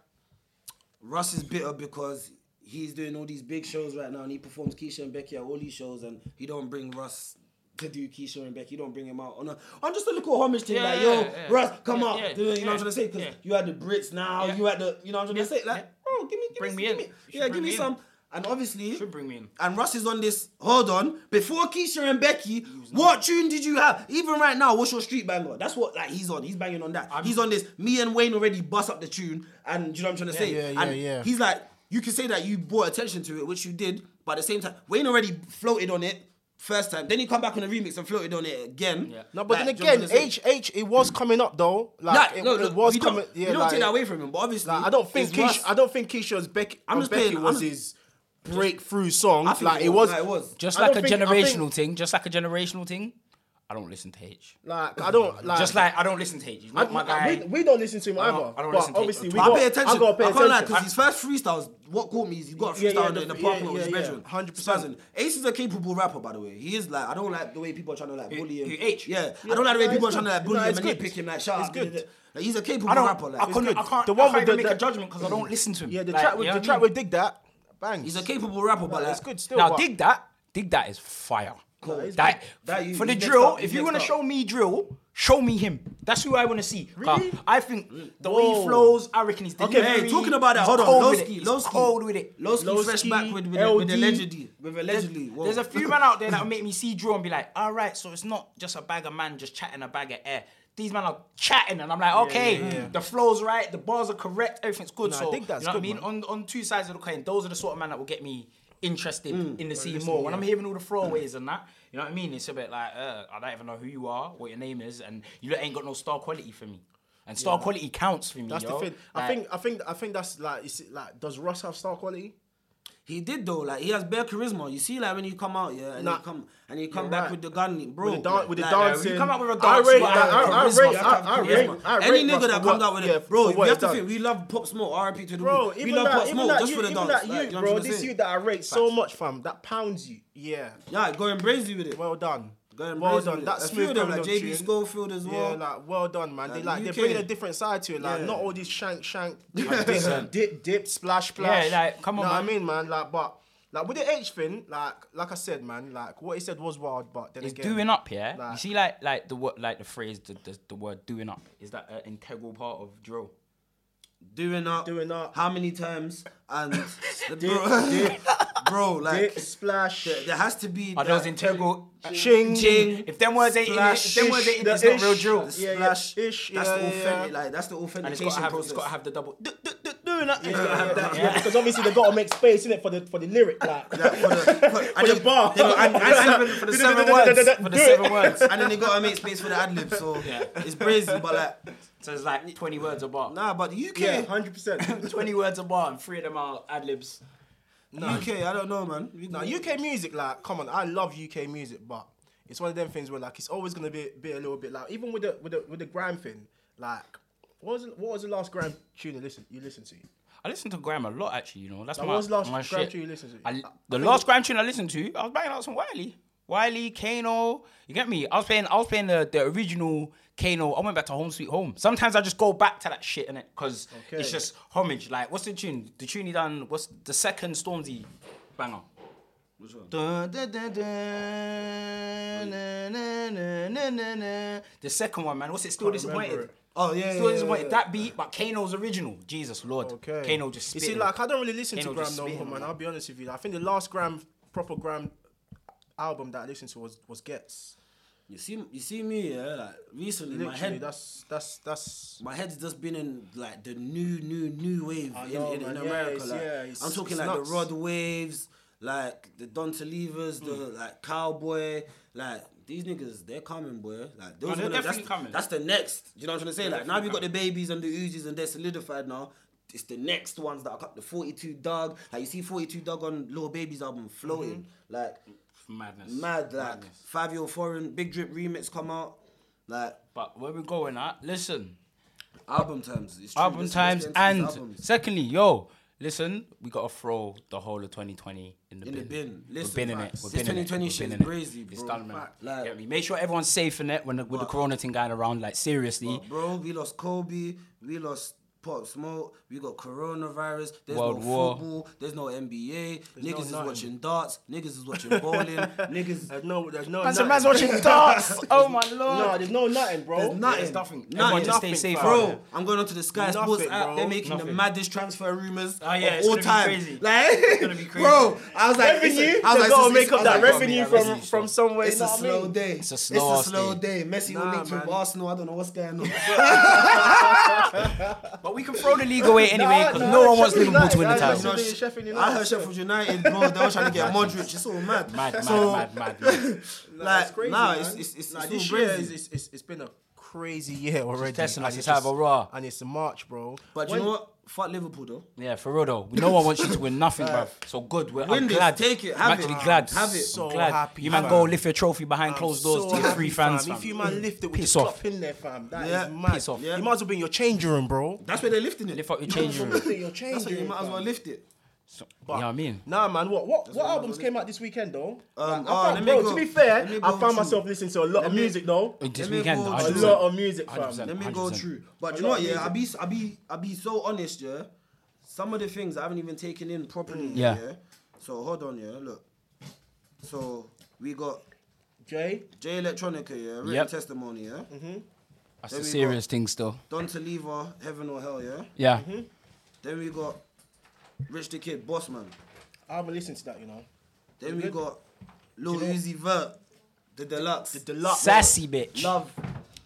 Speaker 1: Russ is bitter because he's doing all these big shows right now, and he performs Keisha and Becky at all these shows, and he don't bring Russ. To do Keisha and Becky, he don't bring him out on a on just a little homage thing,
Speaker 2: Yeah,
Speaker 1: like
Speaker 2: yeah,
Speaker 1: yo,
Speaker 2: yeah.
Speaker 1: Russ, come
Speaker 2: Yeah,
Speaker 1: out,
Speaker 2: yeah,
Speaker 1: do it, you know what I'm
Speaker 2: yeah,
Speaker 1: trying to say? Because
Speaker 2: yeah.
Speaker 1: you had the Brits now,
Speaker 2: Yeah.
Speaker 1: you had the, you know what I'm trying to
Speaker 2: Yeah,
Speaker 1: say? Like,
Speaker 2: yeah.
Speaker 1: bro, give me, give
Speaker 2: Bring
Speaker 1: me,
Speaker 2: me
Speaker 1: give
Speaker 2: in.
Speaker 1: me,
Speaker 2: You should
Speaker 1: yeah, give
Speaker 2: bring
Speaker 1: me
Speaker 2: me in.
Speaker 1: some. And obviously,
Speaker 2: Should bring me in.
Speaker 1: and Russ is on this. Hold on. Before Keisha and Becky, what tune did you have? Even right now, what's your street banger? That's what like he's on. He's banging on that. he's on this. Me and Wayne already bust up the tune, and do you know what I'm trying to say?
Speaker 3: yeah, yeah,
Speaker 1: and
Speaker 3: yeah.
Speaker 1: He's like, you can say that you brought attention to it, which you did, but at the same time, Wayne already floated on it first time. Then he come back on the remix and floated on it again.
Speaker 2: Yeah.
Speaker 3: no, but
Speaker 1: Like, do you know
Speaker 3: then
Speaker 1: what
Speaker 3: again,
Speaker 1: I'm trying to say?
Speaker 3: H H it was coming up though. Like,
Speaker 1: Nah,
Speaker 3: it,
Speaker 1: no,
Speaker 3: it
Speaker 1: no,
Speaker 3: was
Speaker 1: you
Speaker 3: coming.
Speaker 1: don't,
Speaker 3: Yeah,
Speaker 1: you don't
Speaker 3: like,
Speaker 1: take that away from him, but obviously,
Speaker 3: Like, I don't think
Speaker 1: it's
Speaker 3: Keisha,
Speaker 1: Russ-
Speaker 3: I don't think Keisha's Becky.
Speaker 1: I'm
Speaker 3: I'm
Speaker 1: just
Speaker 3: Becky
Speaker 1: playing-
Speaker 3: was
Speaker 1: I'm-
Speaker 3: his breakthrough song.
Speaker 1: I think
Speaker 3: Like it was.
Speaker 1: Nah, it was.
Speaker 2: Just
Speaker 3: I
Speaker 2: like a
Speaker 3: don't think- I
Speaker 2: generational
Speaker 3: think-
Speaker 2: thing, just like a generational thing, I don't listen to H.
Speaker 3: Like I don't like.
Speaker 2: Just like I don't listen to H. He's
Speaker 3: I,
Speaker 2: not my guy.
Speaker 3: we, we don't listen to him either.
Speaker 2: don't- I don't
Speaker 3: but
Speaker 2: listen to him.
Speaker 3: obviously we
Speaker 2: I
Speaker 1: I
Speaker 3: got,
Speaker 1: pay attention.
Speaker 3: I gotta pay
Speaker 1: can't lie,
Speaker 3: attention.
Speaker 1: because his first freestyles, what caught me is he got a freestyle
Speaker 3: Yeah, yeah,
Speaker 1: in the,
Speaker 3: the-
Speaker 1: apartment
Speaker 3: yeah,
Speaker 1: with his
Speaker 3: yeah,
Speaker 1: bedroom.
Speaker 3: yeah.
Speaker 1: 100%. Ace is a capable rapper, by the way. He is like, I don't like the way people are trying to like bully him.
Speaker 2: who, H?
Speaker 1: Yeah. I don't like the way
Speaker 3: nah,
Speaker 1: people are
Speaker 3: it's
Speaker 1: trying to like
Speaker 3: good.
Speaker 1: bully
Speaker 3: Nah,
Speaker 1: him
Speaker 3: it's
Speaker 1: and
Speaker 3: good.
Speaker 1: nitpick him, like, shut
Speaker 3: It's
Speaker 1: up.
Speaker 3: good.
Speaker 1: da, da, da. Like, he's a capable
Speaker 2: I don't.
Speaker 1: rapper. Like,
Speaker 2: I, couldn't,
Speaker 3: good.
Speaker 2: I can't. The
Speaker 3: The one
Speaker 2: one I can't
Speaker 3: with
Speaker 2: even
Speaker 3: the-
Speaker 2: make a
Speaker 3: the-
Speaker 2: judgment because I don't listen to him.
Speaker 3: Yeah, the
Speaker 2: Like,
Speaker 3: track
Speaker 2: you
Speaker 3: with
Speaker 2: know
Speaker 3: the
Speaker 2: what I
Speaker 3: track
Speaker 2: mean?
Speaker 3: with Dig That, bang.
Speaker 1: he's a capable rapper, but like,
Speaker 3: it's good still.
Speaker 2: Now
Speaker 3: but-
Speaker 2: dig that, dig that is fire.
Speaker 1: Cool. That is
Speaker 2: That,
Speaker 1: good. That you-
Speaker 2: for the
Speaker 1: he's next
Speaker 2: drill,
Speaker 1: up, he's
Speaker 2: if you're
Speaker 1: next
Speaker 2: gonna
Speaker 1: up.
Speaker 2: show me drill, show me him. That's who I wanna see. 'Cause
Speaker 3: Really?
Speaker 2: I think the way
Speaker 3: Whoa.
Speaker 2: he flows, I reckon he's
Speaker 3: Okay,
Speaker 2: delivery,
Speaker 1: Hey, talking about that,
Speaker 2: he's
Speaker 1: hold on.
Speaker 2: cold with
Speaker 1: Lowski,
Speaker 2: it, he's
Speaker 1: Lowski.
Speaker 2: cold with it.
Speaker 1: Lowski fresh
Speaker 3: Lowski,
Speaker 1: back with, with, a- with
Speaker 3: LD.
Speaker 1: allegedly. With allegedly. Whoa.
Speaker 2: There's a few man out there that make me see drill and be like, all right, so it's not just a bag of man just chatting a bag of air. These men are chatting, and I'm like, okay, the flow's right, the bars are correct, everything's good.
Speaker 3: Nah, I
Speaker 2: so
Speaker 3: think that's
Speaker 2: you know what I
Speaker 3: good,
Speaker 2: mean. On on two sides of the coin, those are the sort of man that will get me interested
Speaker 3: Mm.
Speaker 2: in the scene more. When I'm hearing all the throwaways and that, you know what I mean. It's a bit like uh, I don't even know who you are, what your name is, and you lot ain't got no star quality for me. And star quality counts for me.
Speaker 3: That's
Speaker 2: yo.
Speaker 3: the thing. I
Speaker 2: Like,
Speaker 3: think I think I think that's like is it like does Ross have star quality?
Speaker 1: He did though, like he has bare charisma. You see, like when you come out, yeah, and
Speaker 3: Nah.
Speaker 1: you come and you come
Speaker 3: You're
Speaker 1: back
Speaker 3: right.
Speaker 1: with the gun, bro.
Speaker 3: With the, dan- with the
Speaker 1: Oh, like,
Speaker 3: dancing,
Speaker 2: you come out with a
Speaker 3: I
Speaker 2: dance,
Speaker 3: rate,
Speaker 2: but
Speaker 3: I, I, I,
Speaker 2: charisma,
Speaker 3: rate,
Speaker 2: you
Speaker 3: I,
Speaker 2: have
Speaker 3: I,
Speaker 2: charisma.
Speaker 3: rate, I rate.
Speaker 1: Any
Speaker 3: Russ
Speaker 1: nigga that
Speaker 3: for
Speaker 1: comes out
Speaker 3: what-
Speaker 1: with
Speaker 3: yeah,
Speaker 1: it, bro,
Speaker 3: for
Speaker 1: you
Speaker 3: what
Speaker 1: have
Speaker 3: he
Speaker 1: to
Speaker 3: does.
Speaker 1: think we love Pop Smoke, R.I.P. to the
Speaker 3: Bro,
Speaker 1: room.
Speaker 3: even
Speaker 1: We love
Speaker 3: that,
Speaker 1: Pop
Speaker 3: even
Speaker 1: Smoke
Speaker 3: that,
Speaker 1: just
Speaker 3: you,
Speaker 1: for the
Speaker 3: even
Speaker 1: dance.
Speaker 3: that, you,
Speaker 1: like, you know what
Speaker 3: bro,
Speaker 1: I'm
Speaker 3: this
Speaker 1: saying?
Speaker 3: you that I rate so much, fam. That pounds you. Yeah.
Speaker 1: Yeah, going brazy with it.
Speaker 3: Well done.
Speaker 1: Going
Speaker 3: well
Speaker 1: brazy
Speaker 3: done.
Speaker 1: with it.
Speaker 3: That
Speaker 1: a
Speaker 3: smooth
Speaker 1: few of them, like
Speaker 3: criminal
Speaker 1: J.B.
Speaker 3: tune.
Speaker 1: Schofield as well.
Speaker 3: Yeah, like well done, man. They
Speaker 1: Like,
Speaker 3: like
Speaker 1: the
Speaker 3: they're
Speaker 1: UK.
Speaker 3: bringing a different side to it. Like
Speaker 1: Yeah.
Speaker 3: not all this shank shank, like, dip, dip dip splash splash.
Speaker 2: Yeah, like, come on,
Speaker 3: Know what
Speaker 2: man.
Speaker 3: I mean, man. Like, but like with the H thing, like like I said, man. Like what he said was wild, but then
Speaker 2: It's
Speaker 3: again,
Speaker 2: doing up, yeah.
Speaker 3: Nah.
Speaker 2: you see, like, like the word, like the phrase, the, the, the word "doing up" is that an integral part of drill.
Speaker 1: Doing up.
Speaker 3: Doing up.
Speaker 1: How many times? And bro, bro, like
Speaker 3: dip splash.
Speaker 1: there has to be.
Speaker 2: Are
Speaker 1: that-
Speaker 2: those integral?
Speaker 3: Ching,
Speaker 1: Ching.
Speaker 2: If them words ain't in it, if
Speaker 1: Splash.
Speaker 2: them words ain't in it,
Speaker 3: The
Speaker 2: it's not real
Speaker 3: ish.
Speaker 2: drill.
Speaker 3: Yeah, yeah,
Speaker 1: splash.
Speaker 3: ish,
Speaker 1: That's
Speaker 3: yeah,
Speaker 1: the
Speaker 3: yeah.
Speaker 1: authentic. Like that's the authentication
Speaker 2: And it's gotta have,
Speaker 1: process.
Speaker 2: it's gotta have the double. d- d- d-
Speaker 3: doing that. Yeah,
Speaker 1: have that.
Speaker 3: yeah, because obviously they gotta make space in it for the for the lyric, like
Speaker 1: for the, for, and
Speaker 3: the
Speaker 1: then-
Speaker 3: bar.
Speaker 1: they got- and- and even for the seven words.
Speaker 2: For the
Speaker 3: Do it.
Speaker 2: seven words.
Speaker 1: and then they gotta make space for the ad lib, so it's brazy, but like,
Speaker 2: So it's like twenty words a bar.
Speaker 1: nah, but the UK,
Speaker 3: yeah, hundred percent.
Speaker 2: Twenty words a bar, and three of them are ad libs.
Speaker 1: UK, I don't know, man. We-
Speaker 3: Now UK music, like, come on, I love UK music, but it's one of them things where like it's always gonna be, be a little bit like even with the with the with the grime thing, like what was the, what was the last grime tune you listen you listened to?
Speaker 2: I listen to Graham a lot, actually. You know, that's
Speaker 3: Like,
Speaker 2: my
Speaker 3: what was the last
Speaker 2: my
Speaker 3: grime
Speaker 2: shit.
Speaker 3: tune you listened to? Uh,
Speaker 2: I, the last grand tune I listened to, I was banging out some Wiley, Wiley, Kano. You get me? I was playing, I was playing the, the original Kano. I went back to Home Sweet Home. Sometimes I just go back to that shit in it because
Speaker 3: Okay.
Speaker 2: it's just homage. Like, what's the tune? The tune he done? What's the second Stormzy banger?
Speaker 1: Which one?
Speaker 2: Dun, dun, dun, dun, na, na, na, na, na, na. The second one, man. What's it? Still
Speaker 3: remember
Speaker 2: disappointed.
Speaker 3: it.
Speaker 1: Oh yeah,
Speaker 2: Still
Speaker 1: yeah,
Speaker 2: disappointed.
Speaker 1: yeah, yeah.
Speaker 2: That beat, but Kano's original. Jesus Lord.
Speaker 3: Okay.
Speaker 2: Kano just
Speaker 3: You
Speaker 2: spitting.
Speaker 3: see, like I don't really listen
Speaker 2: Ain't
Speaker 3: to
Speaker 2: no
Speaker 3: grime
Speaker 2: just
Speaker 3: no more,
Speaker 2: spitting,
Speaker 3: man.
Speaker 2: man.
Speaker 3: I'll be honest with you. I think the last grime proper grime album that I listened to was was Gets.
Speaker 1: You see, you see me, yeah. Like recently, my
Speaker 3: Literally,
Speaker 1: head,
Speaker 3: that's that's that's
Speaker 1: my head's just been in like the new, new, new wave in,
Speaker 3: know,
Speaker 1: in, in
Speaker 3: man. Yeah,
Speaker 1: America.
Speaker 3: it's-
Speaker 1: like,
Speaker 3: yeah, it's-
Speaker 1: I'm talking
Speaker 3: it's
Speaker 1: like
Speaker 3: nuts.
Speaker 1: the Rod Waves, like the Don Toliva's, the
Speaker 3: Hmm.
Speaker 1: like Cowboy, like these niggas, they're coming, boy. Like those
Speaker 2: No, Oh, they're
Speaker 1: are the- that's,
Speaker 2: definitely coming.
Speaker 1: That's the next. You know what I'm trying to say? like now we got the babies and the Uzis and they're solidified now. It's the next ones that are cut. The 42 Doug, like you see 42 Doug on Little Baby's album, floating,
Speaker 3: Mm-hmm.
Speaker 1: like
Speaker 2: madness.
Speaker 1: mad, like
Speaker 2: Madness.
Speaker 1: five year foreign, big drip remix come out, like.
Speaker 2: But where we going at? Listen,
Speaker 1: Album times. It's true.
Speaker 2: album
Speaker 1: Let's-
Speaker 2: times,
Speaker 1: let's get
Speaker 2: and
Speaker 1: into these albums.
Speaker 2: secondly, yo, listen, we gotta throw the whole of 2020 in the
Speaker 1: In the
Speaker 2: bin.
Speaker 1: bin. Listen,
Speaker 2: We're binning
Speaker 1: facts.
Speaker 2: it. We're
Speaker 1: This
Speaker 2: binning it.
Speaker 1: 2020
Speaker 2: We're
Speaker 1: shit
Speaker 2: binning
Speaker 1: is
Speaker 2: it.
Speaker 1: brazy,
Speaker 2: It's
Speaker 1: bro.
Speaker 2: done, man.
Speaker 1: Fact. Like-
Speaker 2: Get me? Make sure everyone's safe in it when the, with the corona thing going around. Like seriously,
Speaker 1: Bro, we lost Kobe. We lost Pop Smoke. We got coronavirus. There's
Speaker 2: World
Speaker 1: no
Speaker 2: War.
Speaker 1: football. There's no NBA. niggas
Speaker 3: no
Speaker 1: is
Speaker 3: nothing.
Speaker 1: watching darts. Niggas is watching bowling. niggas.
Speaker 3: there's no there's no.
Speaker 2: Man's a
Speaker 3: nothing.
Speaker 2: man's watching darts. Oh my
Speaker 3: No,
Speaker 2: lord.
Speaker 3: there's no nothing, bro.
Speaker 1: There's nothing.
Speaker 2: There's nothing.
Speaker 1: Nothing.
Speaker 2: Everyone just stay
Speaker 3: Nothing,
Speaker 2: safe,
Speaker 3: fam.
Speaker 2: out
Speaker 1: Bro,
Speaker 2: there.
Speaker 1: I'm going onto the Sky Sports
Speaker 3: Nothing,
Speaker 1: app.
Speaker 3: bro.
Speaker 1: They're making the
Speaker 2: Nothing.
Speaker 1: maddest transfer rumors
Speaker 2: Oh, yeah,
Speaker 1: of
Speaker 2: it's
Speaker 1: all
Speaker 2: gonna be
Speaker 1: time.
Speaker 2: crazy.
Speaker 1: Like,
Speaker 2: It's gonna be crazy.
Speaker 1: bro, I was like,
Speaker 3: revenue.
Speaker 1: it's a- I was like,
Speaker 3: they gotta
Speaker 1: it's-
Speaker 3: make
Speaker 1: I
Speaker 3: up
Speaker 1: was
Speaker 3: that
Speaker 1: like, bro,
Speaker 3: revenue
Speaker 2: man,
Speaker 3: from
Speaker 2: revenue
Speaker 3: from
Speaker 2: stuff.
Speaker 3: somewhere.
Speaker 1: It's
Speaker 3: you know
Speaker 1: a
Speaker 3: what I mean?
Speaker 1: slow day.
Speaker 2: It's a slow
Speaker 1: slow
Speaker 2: day.
Speaker 1: day. Messi
Speaker 3: Nah,
Speaker 1: will link
Speaker 3: man.
Speaker 1: with Arsenal. I don't know what's going on.
Speaker 2: But we can throw the league away anyway because
Speaker 3: Nah,
Speaker 2: no,
Speaker 3: nah,
Speaker 2: one wants
Speaker 3: Sheffield
Speaker 2: Liverpool to win the
Speaker 1: Like, you
Speaker 2: title.
Speaker 3: United, That's
Speaker 1: know,
Speaker 3: what
Speaker 1: Sh-
Speaker 3: Sheffield United-
Speaker 1: I heard Sheffield United, bro. They were trying to get Modric. It's all mad.
Speaker 2: Mad, mad,
Speaker 1: So,
Speaker 2: mad, mad, mad.
Speaker 1: Like,
Speaker 3: It's crazy,
Speaker 1: nah,
Speaker 3: man.
Speaker 1: it's it's it's,
Speaker 3: Like,
Speaker 1: it's
Speaker 3: this
Speaker 1: all
Speaker 3: year
Speaker 1: crazy.
Speaker 3: is- it's, it's, it's been a crazy year already.
Speaker 2: testing
Speaker 3: and
Speaker 2: us,
Speaker 3: it's
Speaker 2: it's
Speaker 3: just-
Speaker 2: have a raw.
Speaker 3: And it's March, bro.
Speaker 1: but
Speaker 3: When-
Speaker 1: you know what? fuck Liverpool though.
Speaker 2: Yeah, for real though. No one wants you to win nothing, bruv. So good. We're,
Speaker 1: Win
Speaker 2: I'm
Speaker 1: this,
Speaker 2: glad.
Speaker 1: take it,
Speaker 2: I'm
Speaker 1: have it.
Speaker 2: actually glad.
Speaker 1: Have it.
Speaker 2: I'm
Speaker 1: So
Speaker 2: glad.
Speaker 3: happy,
Speaker 2: You man
Speaker 3: fam.
Speaker 2: go lift your trophy behind closed doors
Speaker 3: so
Speaker 2: to your
Speaker 3: happy,
Speaker 2: three fans,
Speaker 3: fam.
Speaker 2: fam.
Speaker 3: If you man lift it with
Speaker 2: Piss
Speaker 3: your
Speaker 2: off.
Speaker 3: off. in there, fam, that is
Speaker 1: Yeah,
Speaker 3: mad.
Speaker 2: piss off.
Speaker 1: Yeah.
Speaker 3: You might as well be in your change room, bro.
Speaker 1: That's where they're lifting it.
Speaker 2: Lift up your change room.
Speaker 3: Lift it in your change
Speaker 1: That's where you
Speaker 3: room,
Speaker 1: might as
Speaker 3: fam.
Speaker 1: well lift it.
Speaker 2: You know what I mean?
Speaker 3: Nah, man. What what what
Speaker 1: what I'm
Speaker 3: albums
Speaker 1: gonna
Speaker 3: came out this weekend though?
Speaker 1: Um,
Speaker 3: Like, I
Speaker 1: oh,
Speaker 3: found-
Speaker 1: let me
Speaker 3: bro,
Speaker 1: go-
Speaker 3: to be
Speaker 1: let
Speaker 3: fair,
Speaker 1: me go
Speaker 3: I found
Speaker 1: through-
Speaker 3: myself listening to a lot of
Speaker 1: me-
Speaker 3: music though.
Speaker 2: This
Speaker 1: Let me
Speaker 2: weekend,
Speaker 1: go
Speaker 3: A
Speaker 2: 100%.
Speaker 1: through-
Speaker 3: lot of music, fam.
Speaker 2: 100%.
Speaker 1: Let me go
Speaker 2: 100%.
Speaker 1: through. But
Speaker 3: A
Speaker 1: you know
Speaker 3: lot
Speaker 1: what?
Speaker 3: of
Speaker 1: Yeah, I be I be I be so honest. Yeah, some of the things I haven't even taken in properly.
Speaker 2: Yeah.
Speaker 1: So hold on. Yeah, look. So we got
Speaker 3: Jay,
Speaker 1: J Electronica. Yeah, written
Speaker 2: Yep.
Speaker 1: testimony. Yeah,
Speaker 2: That's
Speaker 1: Then
Speaker 2: a
Speaker 1: we
Speaker 2: serious thing still.
Speaker 1: Don Toliva, Heaven or Hell. Yeah.
Speaker 2: Yeah.
Speaker 1: Then we got Rich the Kid, Boss Man.
Speaker 3: I haven't listened to that, you know.
Speaker 1: Then we got Lil Uzi Vert, the Deluxe.
Speaker 3: The deluxe,
Speaker 2: Sassy bitch.
Speaker 1: Love,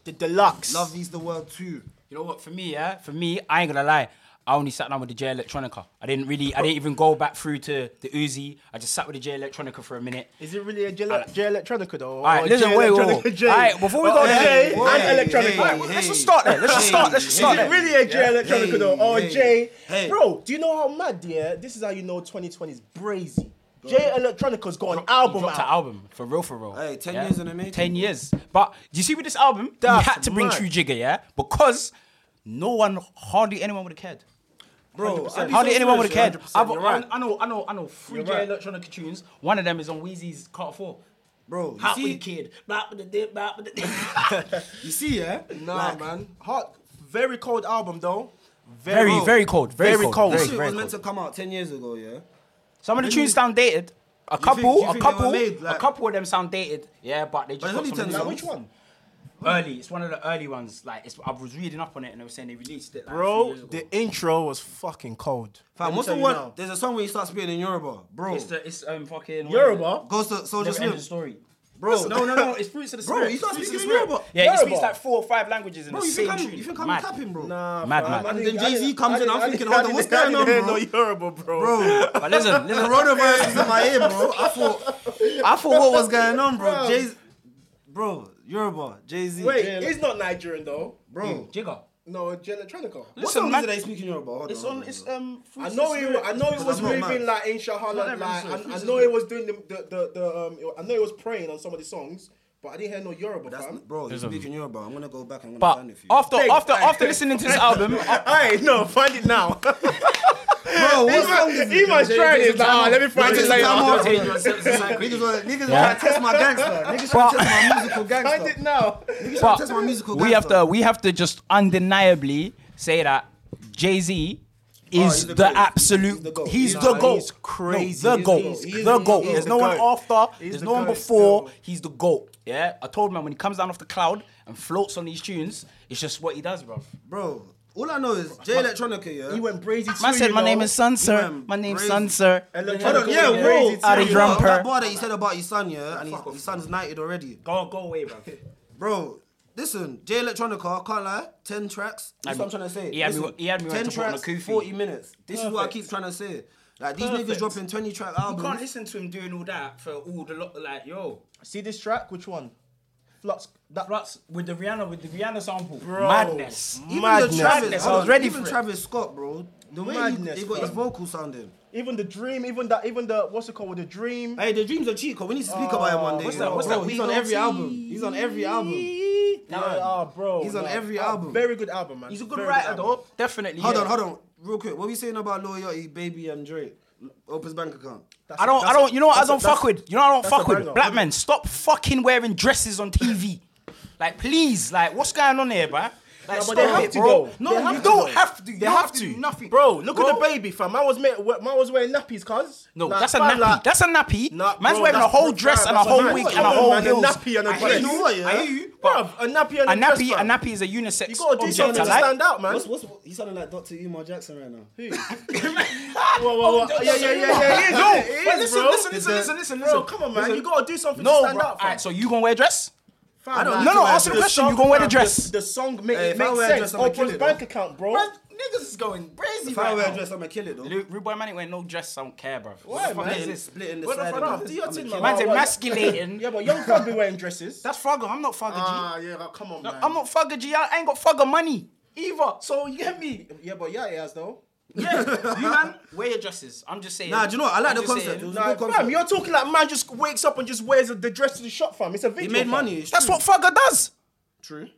Speaker 3: the deluxe.
Speaker 1: love is the world too.
Speaker 2: You know what? For me, yeah. For me, I ain't gonna lie. I only sat down with the J Electronica. I didn't really. I didn't even go back through to the Uzi. I just sat with the J Electronica for a minute.
Speaker 3: Is it really a J, J Electronica though? All
Speaker 2: right, listen, wait, wait, wait. All right, before we go there-
Speaker 1: Hey,
Speaker 3: J and Electronica.
Speaker 1: hey,
Speaker 3: All right,
Speaker 1: hey,
Speaker 3: let's just start there. Let's just
Speaker 1: hey,
Speaker 3: start. Let's just
Speaker 1: hey,
Speaker 3: start
Speaker 1: hey,
Speaker 3: there. Really a J Electronica
Speaker 1: hey,
Speaker 3: though, or
Speaker 1: hey,
Speaker 3: J.
Speaker 1: hey.
Speaker 3: Bro, do you know how mad? Yeah, this is how you know 2020 is brazy. J Electronica's got an album
Speaker 2: dropped
Speaker 3: out.
Speaker 2: an album for real, for real.
Speaker 1: Hey, 10 years in the making.
Speaker 2: Ten years. But do you see with this album,
Speaker 3: That's
Speaker 2: he had to bring
Speaker 3: mad.
Speaker 2: True Jigger, yeah, because no one, hardly anyone would have cared.
Speaker 1: Bro, I be
Speaker 2: Hardly
Speaker 1: so
Speaker 2: anyone would
Speaker 1: serious,
Speaker 2: have cared.
Speaker 1: 100%,
Speaker 2: I've-
Speaker 1: you're
Speaker 2: I,
Speaker 1: right.
Speaker 2: I know, I know, I know. 3 J
Speaker 1: right.
Speaker 2: Electronica tunes. One of them is on Wheezy's Cut Four.
Speaker 1: Bro, you
Speaker 2: Hat with the
Speaker 1: see,
Speaker 2: kid. Bap with the dip, bap with the
Speaker 1: you see, yeah?
Speaker 3: Nah, man. Hot, very cold album though.
Speaker 2: Very,
Speaker 1: Bro,
Speaker 2: very cold. Very,
Speaker 3: very
Speaker 2: cold.
Speaker 3: cold.
Speaker 1: That
Speaker 2: Very,
Speaker 1: shit
Speaker 2: very
Speaker 1: was meant
Speaker 2: cold.
Speaker 1: to come out 10 years ago, yeah?
Speaker 2: Some of the tunes sound dated. A
Speaker 1: think-
Speaker 2: couple,
Speaker 1: you
Speaker 2: a
Speaker 1: think they were
Speaker 2: couple,
Speaker 1: made, like-
Speaker 2: a couple of them sound dated. Yeah, but they just
Speaker 1: it's
Speaker 2: got
Speaker 1: only
Speaker 2: some
Speaker 1: 10
Speaker 2: new
Speaker 1: songs.
Speaker 3: Now,
Speaker 2: ones.
Speaker 3: which one?
Speaker 2: early. It's one of the early ones. Like it's, I was reading up on it and they were saying they released it. Like,
Speaker 3: Bro,
Speaker 2: three years
Speaker 3: the
Speaker 2: ago.
Speaker 3: intro was fucking cold.
Speaker 1: Fam,
Speaker 3: Let me
Speaker 1: what's the
Speaker 3: tell you
Speaker 1: one?
Speaker 3: now.
Speaker 1: There's a song where he starts spitting in Yoruba, bro.
Speaker 2: it's the it's um fucking what is
Speaker 3: Yoruba.
Speaker 1: Goes to
Speaker 2: it?
Speaker 1: Soldier
Speaker 2: Never ending
Speaker 1: Slim.
Speaker 2: story.
Speaker 1: Bro,
Speaker 2: No, no, no. It's fruits of the
Speaker 1: Bro,
Speaker 2: spirit.
Speaker 1: he starts
Speaker 2: Fruits of
Speaker 1: speaking
Speaker 2: the
Speaker 1: in
Speaker 2: Spirit.
Speaker 1: Yoruba.
Speaker 2: Yeah, he
Speaker 3: Yoruba.
Speaker 2: speaks like four or five languages in
Speaker 1: Bro,
Speaker 2: the
Speaker 1: you
Speaker 2: same
Speaker 1: think I'm,
Speaker 2: tune.
Speaker 1: you think I'm
Speaker 2: Mad.
Speaker 1: tapping, bro?
Speaker 3: Nah,
Speaker 2: Mad,
Speaker 3: fam,
Speaker 2: mad.
Speaker 3: I
Speaker 1: And
Speaker 3: didn't-
Speaker 1: then
Speaker 3: I
Speaker 1: Jay-Z
Speaker 3: didn't-
Speaker 1: comes
Speaker 3: I
Speaker 1: in, I'm
Speaker 3: didn't- I
Speaker 1: thinking,
Speaker 3: didn't-
Speaker 1: hold on,
Speaker 3: I
Speaker 1: what's
Speaker 3: didn't-
Speaker 1: going on,
Speaker 3: I didn't
Speaker 1: bro?
Speaker 3: hear no Yoruba, bro.
Speaker 1: Bro,
Speaker 2: But listen, listen.
Speaker 1: coronavirus is in my ear, bro. I thought, I thought what was going on, bro.
Speaker 3: Bro.
Speaker 1: Jay, bro, Yoruba, Jay Z.
Speaker 3: Wait, it's not Nigerian though.
Speaker 1: bro.
Speaker 2: Jigger.
Speaker 3: No, J Electronica.
Speaker 1: What
Speaker 2: Listen,
Speaker 1: song is
Speaker 2: man.
Speaker 1: it that he's speaking Yoruba? Hold
Speaker 2: It's
Speaker 1: hold
Speaker 2: on.
Speaker 1: hold
Speaker 2: It's um.
Speaker 3: I
Speaker 2: Fruits of
Speaker 3: know
Speaker 2: the
Speaker 3: it.
Speaker 2: Spirit.
Speaker 3: I know it was
Speaker 1: That's not
Speaker 3: moving
Speaker 1: mad.
Speaker 3: like Inshallah.
Speaker 1: Not
Speaker 3: Like,
Speaker 1: everyone's
Speaker 3: I, I
Speaker 1: Muslim.
Speaker 3: know it was doing the the, the, the um. I know it was praying on some of the songs, but I didn't hear no Yoruba,
Speaker 1: That's,
Speaker 3: fam.
Speaker 1: bro, he's speaking Yoruba. I'm gonna go back and I'm gonna
Speaker 2: But
Speaker 1: find it for you.
Speaker 2: after after after listening to this album,
Speaker 3: Alright, no, find it now.
Speaker 1: bro, what song is
Speaker 3: He must try it. Like, ah, let me find
Speaker 1: Take
Speaker 3: it
Speaker 1: some time
Speaker 3: later.
Speaker 1: off. Niggas wanna niggas
Speaker 2: Yeah.
Speaker 1: wanna test my gangster. Niggas wanna
Speaker 2: But-
Speaker 1: test my musical
Speaker 3: Find it
Speaker 1: gangster.
Speaker 3: now.
Speaker 1: Niggas
Speaker 2: But
Speaker 1: wanna test my musical
Speaker 2: we have
Speaker 1: gangster.
Speaker 2: to we have to just undeniably say that Jay Z
Speaker 3: Oh,
Speaker 2: is
Speaker 1: he's the
Speaker 2: the,
Speaker 1: greatest.
Speaker 2: absolute.
Speaker 1: He's the GOAT.
Speaker 2: He's
Speaker 1: Nah,
Speaker 2: the goal.
Speaker 3: he's crazy.
Speaker 2: the
Speaker 3: He's
Speaker 2: goal.
Speaker 3: the GOAT. He is
Speaker 2: the
Speaker 3: the-
Speaker 2: goat.
Speaker 3: he is
Speaker 2: There's
Speaker 3: the
Speaker 2: no one
Speaker 3: GOAT.
Speaker 2: after.
Speaker 3: He's
Speaker 2: There's
Speaker 3: the
Speaker 2: no one
Speaker 3: GOAT
Speaker 2: before.
Speaker 3: still.
Speaker 2: He's the goat. Yeah, I told man when he comes down off the cloud and floats on these tunes, it's just what he does, bro.
Speaker 1: bro. All I know is Jay Electronica, yeah.
Speaker 3: He went brazy too.
Speaker 2: Man said,
Speaker 3: you
Speaker 2: "My
Speaker 3: know."
Speaker 2: name is Sun, sir.
Speaker 1: went
Speaker 2: My name's
Speaker 1: crazy.
Speaker 2: Sun, sir."
Speaker 1: Hold
Speaker 3: Electronica
Speaker 1: on, yeah,
Speaker 3: went
Speaker 1: whoa.
Speaker 3: brazy
Speaker 2: Out of
Speaker 3: too,
Speaker 1: You
Speaker 3: you
Speaker 1: know,
Speaker 3: know.
Speaker 2: Drumper.
Speaker 1: That bar that you said about your son, yeah, and he- his son's knighted already.
Speaker 2: Go go away, bro.
Speaker 1: Bro, listen, J Electronica, I can't lie, 10 tracks. That's what I'm trying to say.
Speaker 2: he had me-
Speaker 1: Listen,
Speaker 2: he had me wanting to put on a kufi.
Speaker 1: 40 minutes. This is what I
Speaker 2: Perfect.
Speaker 1: keep trying to say. Like, these niggas
Speaker 2: Perfect.
Speaker 1: dropping 20 track
Speaker 2: You can't
Speaker 1: albums.
Speaker 2: listen to him doing all that for all the lot. Like yo,
Speaker 3: See this track? Which one? Flux. That
Speaker 2: Flux with the Rihanna with the Rihanna sample,
Speaker 3: Bro.
Speaker 2: madness.
Speaker 1: Even
Speaker 3: Madness.
Speaker 1: the Travis,
Speaker 2: Madness,
Speaker 1: hold
Speaker 2: I was
Speaker 1: on,
Speaker 2: ready
Speaker 1: even
Speaker 2: for it.
Speaker 1: Travis Scott, bro. The way
Speaker 3: Madness,
Speaker 1: he, he got his
Speaker 3: bro.
Speaker 1: vocal sounding.
Speaker 3: Even the dream. Even that. Even the what's it called? The dream.
Speaker 1: Hey, the dreams are cheat code. We need to speak about him one day.
Speaker 2: Oh, what's
Speaker 1: you
Speaker 2: that-
Speaker 1: know.
Speaker 2: what's
Speaker 1: bro,
Speaker 2: that
Speaker 1: He's
Speaker 2: we
Speaker 1: on
Speaker 2: gon'
Speaker 1: every
Speaker 2: see?
Speaker 1: album. He's on every album.
Speaker 3: Yeah, ah, bro.
Speaker 1: He's on every
Speaker 3: ah,
Speaker 1: album.
Speaker 3: Very good album, man.
Speaker 2: He's a good
Speaker 3: Very
Speaker 2: writer,
Speaker 3: album.
Speaker 2: though. Definitely.
Speaker 1: Hold
Speaker 2: yeah.
Speaker 1: on, hold on. Real quick, what are we saying about Lil Yachty, Baby, and Drake? Opens bank account.
Speaker 3: That's
Speaker 2: I
Speaker 3: a-
Speaker 2: don't, I
Speaker 3: that's a-
Speaker 2: don't, you know what I
Speaker 3: that's a-
Speaker 2: don't fuck
Speaker 3: that's-
Speaker 2: with? You know what I don't
Speaker 3: that's a
Speaker 2: fuck with?
Speaker 3: banger.
Speaker 2: Black men, stop fucking wearing dresses on TV. like, please, like, what's going on here, bruh? Like,
Speaker 3: No,
Speaker 2: stop
Speaker 3: but they have
Speaker 2: it,
Speaker 3: to,
Speaker 2: bro.
Speaker 3: though.
Speaker 2: No,
Speaker 3: They
Speaker 2: you
Speaker 3: have to,
Speaker 2: don't
Speaker 3: though.
Speaker 2: have to. You
Speaker 3: They
Speaker 2: have,
Speaker 3: have
Speaker 2: to. do
Speaker 3: to.
Speaker 2: nothing.
Speaker 3: Bro, look at the
Speaker 2: Bro.
Speaker 3: baby, fam. I was, ma- I was wearing nappies, cuz.
Speaker 2: No,
Speaker 3: Like,
Speaker 2: that's a
Speaker 3: fam,
Speaker 2: nappy.
Speaker 3: like-
Speaker 2: that's a nappy.
Speaker 3: Nah,
Speaker 2: Man's
Speaker 3: bro,
Speaker 2: wearing a
Speaker 3: that's-
Speaker 2: whole dress
Speaker 3: fam,
Speaker 2: and a
Speaker 3: that's
Speaker 2: whole
Speaker 3: man.
Speaker 2: wig
Speaker 3: Come
Speaker 2: and a
Speaker 3: on,
Speaker 2: whole
Speaker 3: man,
Speaker 2: heels.
Speaker 3: nappy and a
Speaker 2: I
Speaker 3: dress.
Speaker 2: hear you.
Speaker 1: what, yeah?
Speaker 2: I hear you.
Speaker 3: Bruv,
Speaker 2: But
Speaker 3: a nappy and
Speaker 2: a
Speaker 3: a dress,
Speaker 2: nappy, Oh, a
Speaker 3: fam.
Speaker 2: nappy is a unisex
Speaker 3: You gotta do
Speaker 2: object.
Speaker 3: something
Speaker 2: I
Speaker 3: to
Speaker 2: like.
Speaker 3: stand out, man.
Speaker 1: What's, what's, he's sounding like Dr. Umar Jackson right now.
Speaker 3: Whoa, whoa, whoa.
Speaker 2: don't-
Speaker 3: Yeah, yeah, yeah, yeah. It is,
Speaker 2: No,
Speaker 3: it is,
Speaker 2: but listen,
Speaker 3: bro.
Speaker 2: listen, listen,
Speaker 1: It's a-
Speaker 2: listen, listen,
Speaker 3: Bro,
Speaker 2: listen.
Speaker 3: come on, man.
Speaker 2: Listen.
Speaker 3: You gotta do something
Speaker 2: No,
Speaker 3: to stand
Speaker 2: bro.
Speaker 3: out, fam.
Speaker 2: Alright, so you gonna wear a dress?
Speaker 3: Fam,
Speaker 1: I don't
Speaker 3: like,
Speaker 1: need to
Speaker 3: like,
Speaker 1: wear a
Speaker 3: the
Speaker 1: dress.
Speaker 2: You
Speaker 3: song,
Speaker 2: gonna wear the
Speaker 3: fam,
Speaker 2: dress?
Speaker 3: The song make-
Speaker 1: Hey, if
Speaker 3: it
Speaker 1: I
Speaker 3: makes
Speaker 1: wear a dress,
Speaker 3: sense.
Speaker 1: I'ma kill
Speaker 3: Oprah's
Speaker 1: it, though.
Speaker 3: bank account, bro.
Speaker 2: Bruh, niggas is going crazy
Speaker 1: If I
Speaker 2: right
Speaker 1: wear a
Speaker 2: now.
Speaker 1: dress, I'ma kill it though.
Speaker 2: Lu- Rude boy man ain't wearing no dress. I don't care, bro.
Speaker 3: Why, man?
Speaker 1: Splitting- Splitting the
Speaker 3: What the
Speaker 1: side.
Speaker 3: fuck?
Speaker 1: of
Speaker 3: No,
Speaker 1: it.
Speaker 3: do your
Speaker 1: I'ma
Speaker 3: thing,
Speaker 1: kill
Speaker 3: man.
Speaker 1: it.
Speaker 2: Man's
Speaker 3: Oh, what?
Speaker 2: emasculating.
Speaker 3: Yeah, but young fam be wearing dresses.
Speaker 2: That's Fugger. I'm not Fugger G.
Speaker 3: Ah, yeah, like, come on, man.
Speaker 2: I'm not Fugger G. I ain't got Fugger money either. So you get me?
Speaker 3: Yeah, but yeah, it has though.
Speaker 2: Yeah, you man, wear your dresses. I'm just saying.
Speaker 1: Nah, do you know what? I like
Speaker 2: I'm
Speaker 1: the
Speaker 2: just
Speaker 1: concept. It
Speaker 2: saying.
Speaker 1: was a good concept.
Speaker 5: Fam, you're talking like man just wakes up and just wears the dress to the shop, fam. It's a video.
Speaker 1: made
Speaker 5: fam.
Speaker 1: money, it's
Speaker 5: That's
Speaker 1: true.
Speaker 5: what Fugger does.
Speaker 1: True.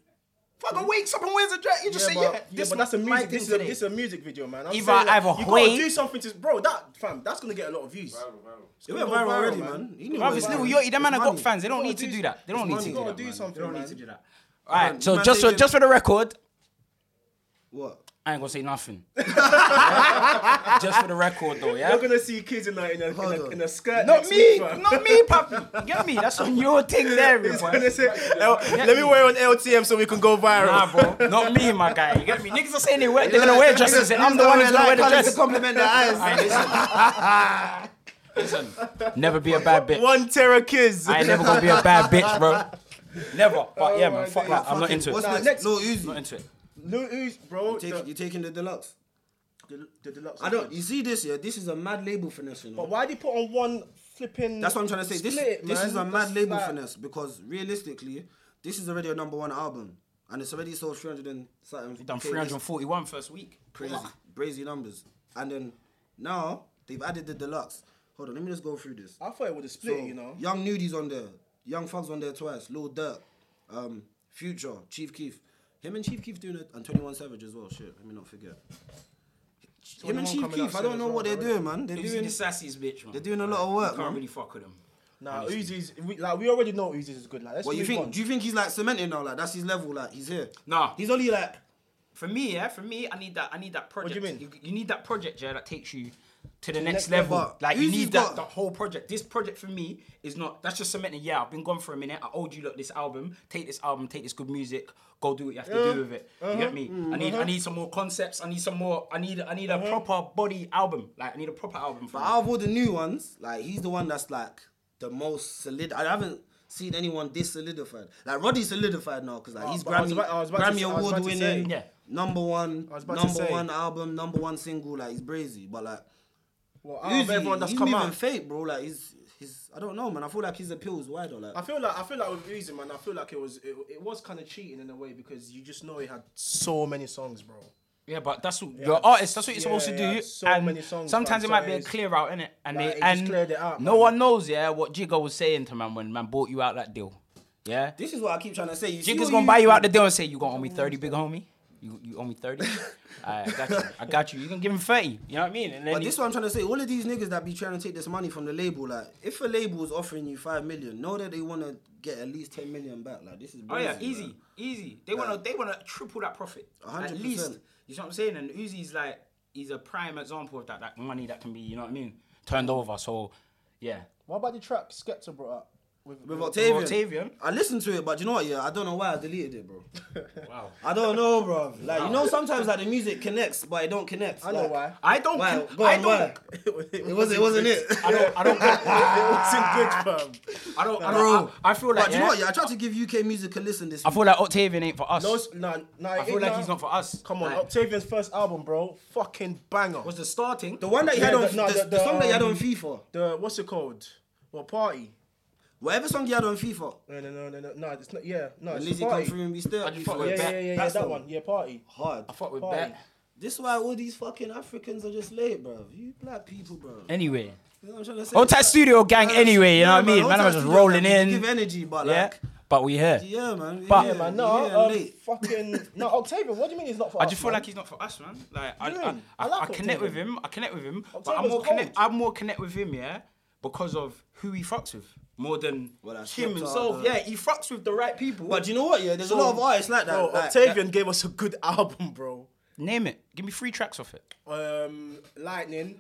Speaker 5: Fugger wakes up and wears a dress. You just
Speaker 3: Yeah,
Speaker 5: say,
Speaker 3: but-
Speaker 5: yeah,
Speaker 3: yeah,
Speaker 5: this
Speaker 3: but that's a
Speaker 5: my
Speaker 3: music.
Speaker 5: thing
Speaker 3: This is a,
Speaker 5: today.
Speaker 3: this is a music video, man. I'm
Speaker 2: Either
Speaker 3: saying, like,
Speaker 2: either
Speaker 3: you
Speaker 2: way-
Speaker 3: gotta do something to bro. That fam, that's gonna get a lot of views.
Speaker 1: It went viral already, man. He knew
Speaker 2: Bruv,
Speaker 1: it
Speaker 2: it's
Speaker 1: was
Speaker 2: Lil
Speaker 1: viral.
Speaker 2: Yachty. That man, I
Speaker 1: It's
Speaker 2: got
Speaker 1: money.
Speaker 2: fans. They don't need to do that. They don't need to
Speaker 1: money.
Speaker 2: do
Speaker 1: Gotta
Speaker 2: that. man.
Speaker 3: Gotta do
Speaker 2: They
Speaker 3: something,
Speaker 2: don't need to
Speaker 3: man.
Speaker 2: do that. All right. So
Speaker 1: man,
Speaker 2: just for,
Speaker 1: they-
Speaker 2: just for the record,
Speaker 1: What?
Speaker 2: I ain't gonna say nothing. just for the record, though, yeah.
Speaker 3: You're gonna see kids in a in a, in a, in a skirt.
Speaker 2: Not
Speaker 3: next
Speaker 2: me,
Speaker 3: week, fam.
Speaker 2: not me, papi. Get me? That's on your thing there,
Speaker 3: He's
Speaker 2: boy.
Speaker 3: gonna say, "L-
Speaker 5: Let me wear on LTM so we can go viral.
Speaker 2: Nah, bro. Not me, my guy. You get me? Niggas are saying they wear, they're gonna wear dresses, and I'm the one who's gonna wear the
Speaker 4: to
Speaker 2: dress.
Speaker 4: compliment the eyes.
Speaker 2: Aight, listen. Listen. Never be a bad bitch.
Speaker 5: One Terra kids.
Speaker 2: I ain't never gonna be a bad bitch, bro. Never. But yeah, man.
Speaker 3: my
Speaker 2: Fuck
Speaker 3: days.
Speaker 2: that. I'm not
Speaker 1: Fucking-
Speaker 2: into it.
Speaker 1: What's
Speaker 2: Not
Speaker 1: next?
Speaker 3: next-
Speaker 1: Lil Uzi.
Speaker 2: into it.
Speaker 3: Lil Uzi, bro.
Speaker 1: Take-
Speaker 3: The,
Speaker 1: You're taking the deluxe.
Speaker 3: the, the deluxe.
Speaker 1: I don't. You see this? Yeah, this is a mad label finesse. You know?
Speaker 5: But why do you put on one flipping?
Speaker 1: That's what I'm trying to say. This,
Speaker 5: Split it,
Speaker 1: this
Speaker 5: man.
Speaker 1: is a mad
Speaker 5: That's
Speaker 1: label
Speaker 5: like-
Speaker 1: finesse because realistically, this is already a number one album and it's already sold 300 and something.
Speaker 2: Done
Speaker 1: K.
Speaker 2: 341 first week.
Speaker 1: Crazy, crazy numbers. And then now they've added the deluxe. Hold on, let me just go through this.
Speaker 3: I thought it would have split,
Speaker 1: So,
Speaker 3: you know.
Speaker 1: Young Nudies on there, Young Thugs on there twice, Lil Durk, um, Future, Chief Keef. Him and Chief Keef doing it, and 21 Savage as well. Shit, let me not forget. Him and
Speaker 3: 21
Speaker 1: Chief
Speaker 3: coming
Speaker 1: Keef,
Speaker 3: out
Speaker 1: I don't
Speaker 3: soon
Speaker 1: know
Speaker 3: as
Speaker 1: what
Speaker 3: well,
Speaker 1: they're doing, man. They're
Speaker 2: Uzi
Speaker 1: doing,
Speaker 2: the sassiest bitch, man.
Speaker 1: they're doing a lot of work,
Speaker 2: Can't
Speaker 1: man.
Speaker 2: really fuck with him.
Speaker 5: Nah, Uzi's we, like we already know Uzi's is good. Like, let's
Speaker 1: What you
Speaker 5: move
Speaker 1: think?
Speaker 5: on.
Speaker 1: Do you think he's like cemented now? Like that's his level. Like he's here.
Speaker 2: Nah.
Speaker 1: he's only like
Speaker 2: For me, yeah, for me, I need that. I need that project.
Speaker 5: do you mean?
Speaker 2: You, need that project, yeah, that takes you to the
Speaker 1: next
Speaker 2: next, level.
Speaker 1: level.
Speaker 2: Like you
Speaker 1: Uzi's
Speaker 2: need
Speaker 1: got-
Speaker 2: that, that whole project. This project for me is not. That's just cementing. Yeah, I've been gone for a minute. I owed you lot this album. Take this album. Take this good music. Go do what you have to do with it.
Speaker 1: Uh-huh.
Speaker 2: You get me?
Speaker 1: Mm-hmm.
Speaker 2: I need. I need some more concepts. I need some more. I need. I need a proper body album. Like I need a proper album. For
Speaker 1: but
Speaker 2: me.
Speaker 1: out of all Uh-huh. the new ones, like he's the one that's like the most solid. I haven't seen anyone this solidified. Like Roddy's solidified now because like he's
Speaker 3: but I was
Speaker 1: Grammy
Speaker 3: about- I was about to
Speaker 1: Grammy
Speaker 3: say- I was
Speaker 1: award
Speaker 3: about to
Speaker 1: winning,
Speaker 2: say. Yeah.
Speaker 1: number one,
Speaker 3: was about to
Speaker 1: number
Speaker 3: say.
Speaker 1: one album, number one single. Like he's brazy, but like
Speaker 3: Well, out of
Speaker 1: Uzi,
Speaker 3: everyone that's
Speaker 1: he's
Speaker 3: come
Speaker 1: moving
Speaker 3: out,
Speaker 1: fake, bro. Like he's he's I don't know, man. I feel like his appeal is wider. Like
Speaker 3: I feel like I feel like with Uzi, man. I feel like it was it, it was kind of cheating in a way because you just know he had so many songs, bro.
Speaker 2: Yeah, but that's what you're an artist. That's what you're
Speaker 3: yeah,
Speaker 2: supposed to
Speaker 3: yeah,
Speaker 2: do.
Speaker 3: so
Speaker 2: and
Speaker 3: many songs,
Speaker 2: Sometimes
Speaker 3: fam,
Speaker 2: it might
Speaker 3: so
Speaker 2: be a
Speaker 3: it's-
Speaker 2: clear out, innit? And
Speaker 3: Like,
Speaker 2: they
Speaker 3: it just
Speaker 2: and
Speaker 3: cleared it out,
Speaker 2: no
Speaker 3: man.
Speaker 2: one knows, yeah, what Jigga was saying to man when man bought you out that deal. Yeah,
Speaker 1: this is what I keep trying to say. You see
Speaker 2: Jigga's
Speaker 1: what
Speaker 2: gonna buy you out the deal and say you gonna owe me thirty, big homie. You you owe me thirty. I got you. I got you. You can give him thirty. You know what I mean? And then
Speaker 1: But
Speaker 2: he-
Speaker 1: this is what I'm trying to say. All of these niggas that be trying to take this money from the label, like, if a label is offering you five million, know that they want to get at least ten million back. Like, this is
Speaker 2: Oh yeah,
Speaker 1: brazy,
Speaker 2: easy,
Speaker 1: man.
Speaker 2: easy. They wanna they wanna triple that profit. At
Speaker 1: 100%.
Speaker 2: least. You know what I'm saying? And Uzi's like he's a prime example of that that money that can be, you know what I mean, turned over. So yeah.
Speaker 5: What about the track Skepta brought up?
Speaker 1: With Octavian.
Speaker 2: Octavian.
Speaker 1: I listened to it, but you know what? Yeah, I don't know why I deleted it, bro.
Speaker 2: Wow.
Speaker 1: I don't know, bro. Like, you know, sometimes like the music connects, but it don't connect.
Speaker 3: I know
Speaker 1: Like,
Speaker 3: why.
Speaker 2: I don't
Speaker 1: Wow,
Speaker 2: con-
Speaker 1: go
Speaker 2: I
Speaker 1: on,
Speaker 2: don't
Speaker 1: why?
Speaker 3: it,
Speaker 1: It wasn't. It wasn't it.
Speaker 2: I don't I don't
Speaker 3: it wasn't good, fam.
Speaker 2: I don't I don't
Speaker 1: Bro,
Speaker 2: I, I feel like
Speaker 1: But you know
Speaker 2: yeah,
Speaker 1: what? Yeah, I tried to give UK music a listen this.
Speaker 2: I feel like Octavian ain't for us.
Speaker 3: No, s- nah, nah,
Speaker 2: I feel like he's not for us.
Speaker 3: Come on,
Speaker 1: oh.
Speaker 2: Like,
Speaker 3: Octavian's first album, bro, fucking banger.
Speaker 2: was the starting
Speaker 1: the one that you had
Speaker 3: Yeah,
Speaker 1: on
Speaker 3: the- no,
Speaker 1: the,
Speaker 3: the-
Speaker 1: the song that you had on
Speaker 3: um,
Speaker 1: FIFA,
Speaker 3: the what's it called? What party?
Speaker 1: whatever song you had on FIFA,
Speaker 3: No, no, no, no, no, no. It's not. Yeah, no,
Speaker 1: and
Speaker 3: it's
Speaker 1: Lizzie come
Speaker 3: party.
Speaker 1: through and we still.
Speaker 2: I just fuck
Speaker 3: Yeah,
Speaker 2: with
Speaker 3: yeah,
Speaker 2: Back.
Speaker 3: yeah, yeah,
Speaker 1: That's
Speaker 3: that
Speaker 1: the-
Speaker 3: one. Yeah, party.
Speaker 1: hard.
Speaker 2: I fuck with
Speaker 3: Party.
Speaker 2: that.
Speaker 1: This is why all these fucking Africans are just late, bro. You black people, bro.
Speaker 2: Anyway.
Speaker 1: You know what I'm trying to say?
Speaker 2: Old tight studio gang anyway, you know what I mean? Man, I'm just rolling
Speaker 1: Give
Speaker 2: in.
Speaker 1: energy, but
Speaker 2: Yeah.
Speaker 1: like,
Speaker 2: But we here.
Speaker 1: yeah, man.
Speaker 2: But-
Speaker 1: yeah,
Speaker 2: Yeah,
Speaker 5: Man,
Speaker 1: you
Speaker 5: no,
Speaker 1: here
Speaker 5: um,
Speaker 1: late.
Speaker 5: fucking no. Octavian, what do you mean he's not for
Speaker 2: I
Speaker 5: us,
Speaker 2: just feel
Speaker 5: man?
Speaker 2: like he's not for us, man. Like I,
Speaker 5: Yeah,
Speaker 2: I, I,
Speaker 5: I like
Speaker 2: I connect
Speaker 5: Octavian.
Speaker 2: with him. I connect with him, but I'm
Speaker 5: Octavian's
Speaker 2: more connect.
Speaker 5: cold.
Speaker 2: I'm more connect with him, yeah, because of who he fucks with more than
Speaker 1: Well, that's
Speaker 2: him
Speaker 1: Skepta, though.
Speaker 2: himself. Yeah, he fucks with the right people.
Speaker 1: But do you know what? Yeah, there's a lot of artists like that.
Speaker 3: Bro,
Speaker 1: like,
Speaker 3: Octavian gave us a good album, bro.
Speaker 2: Name it. Give me three tracks off it.
Speaker 3: Um, Lightning.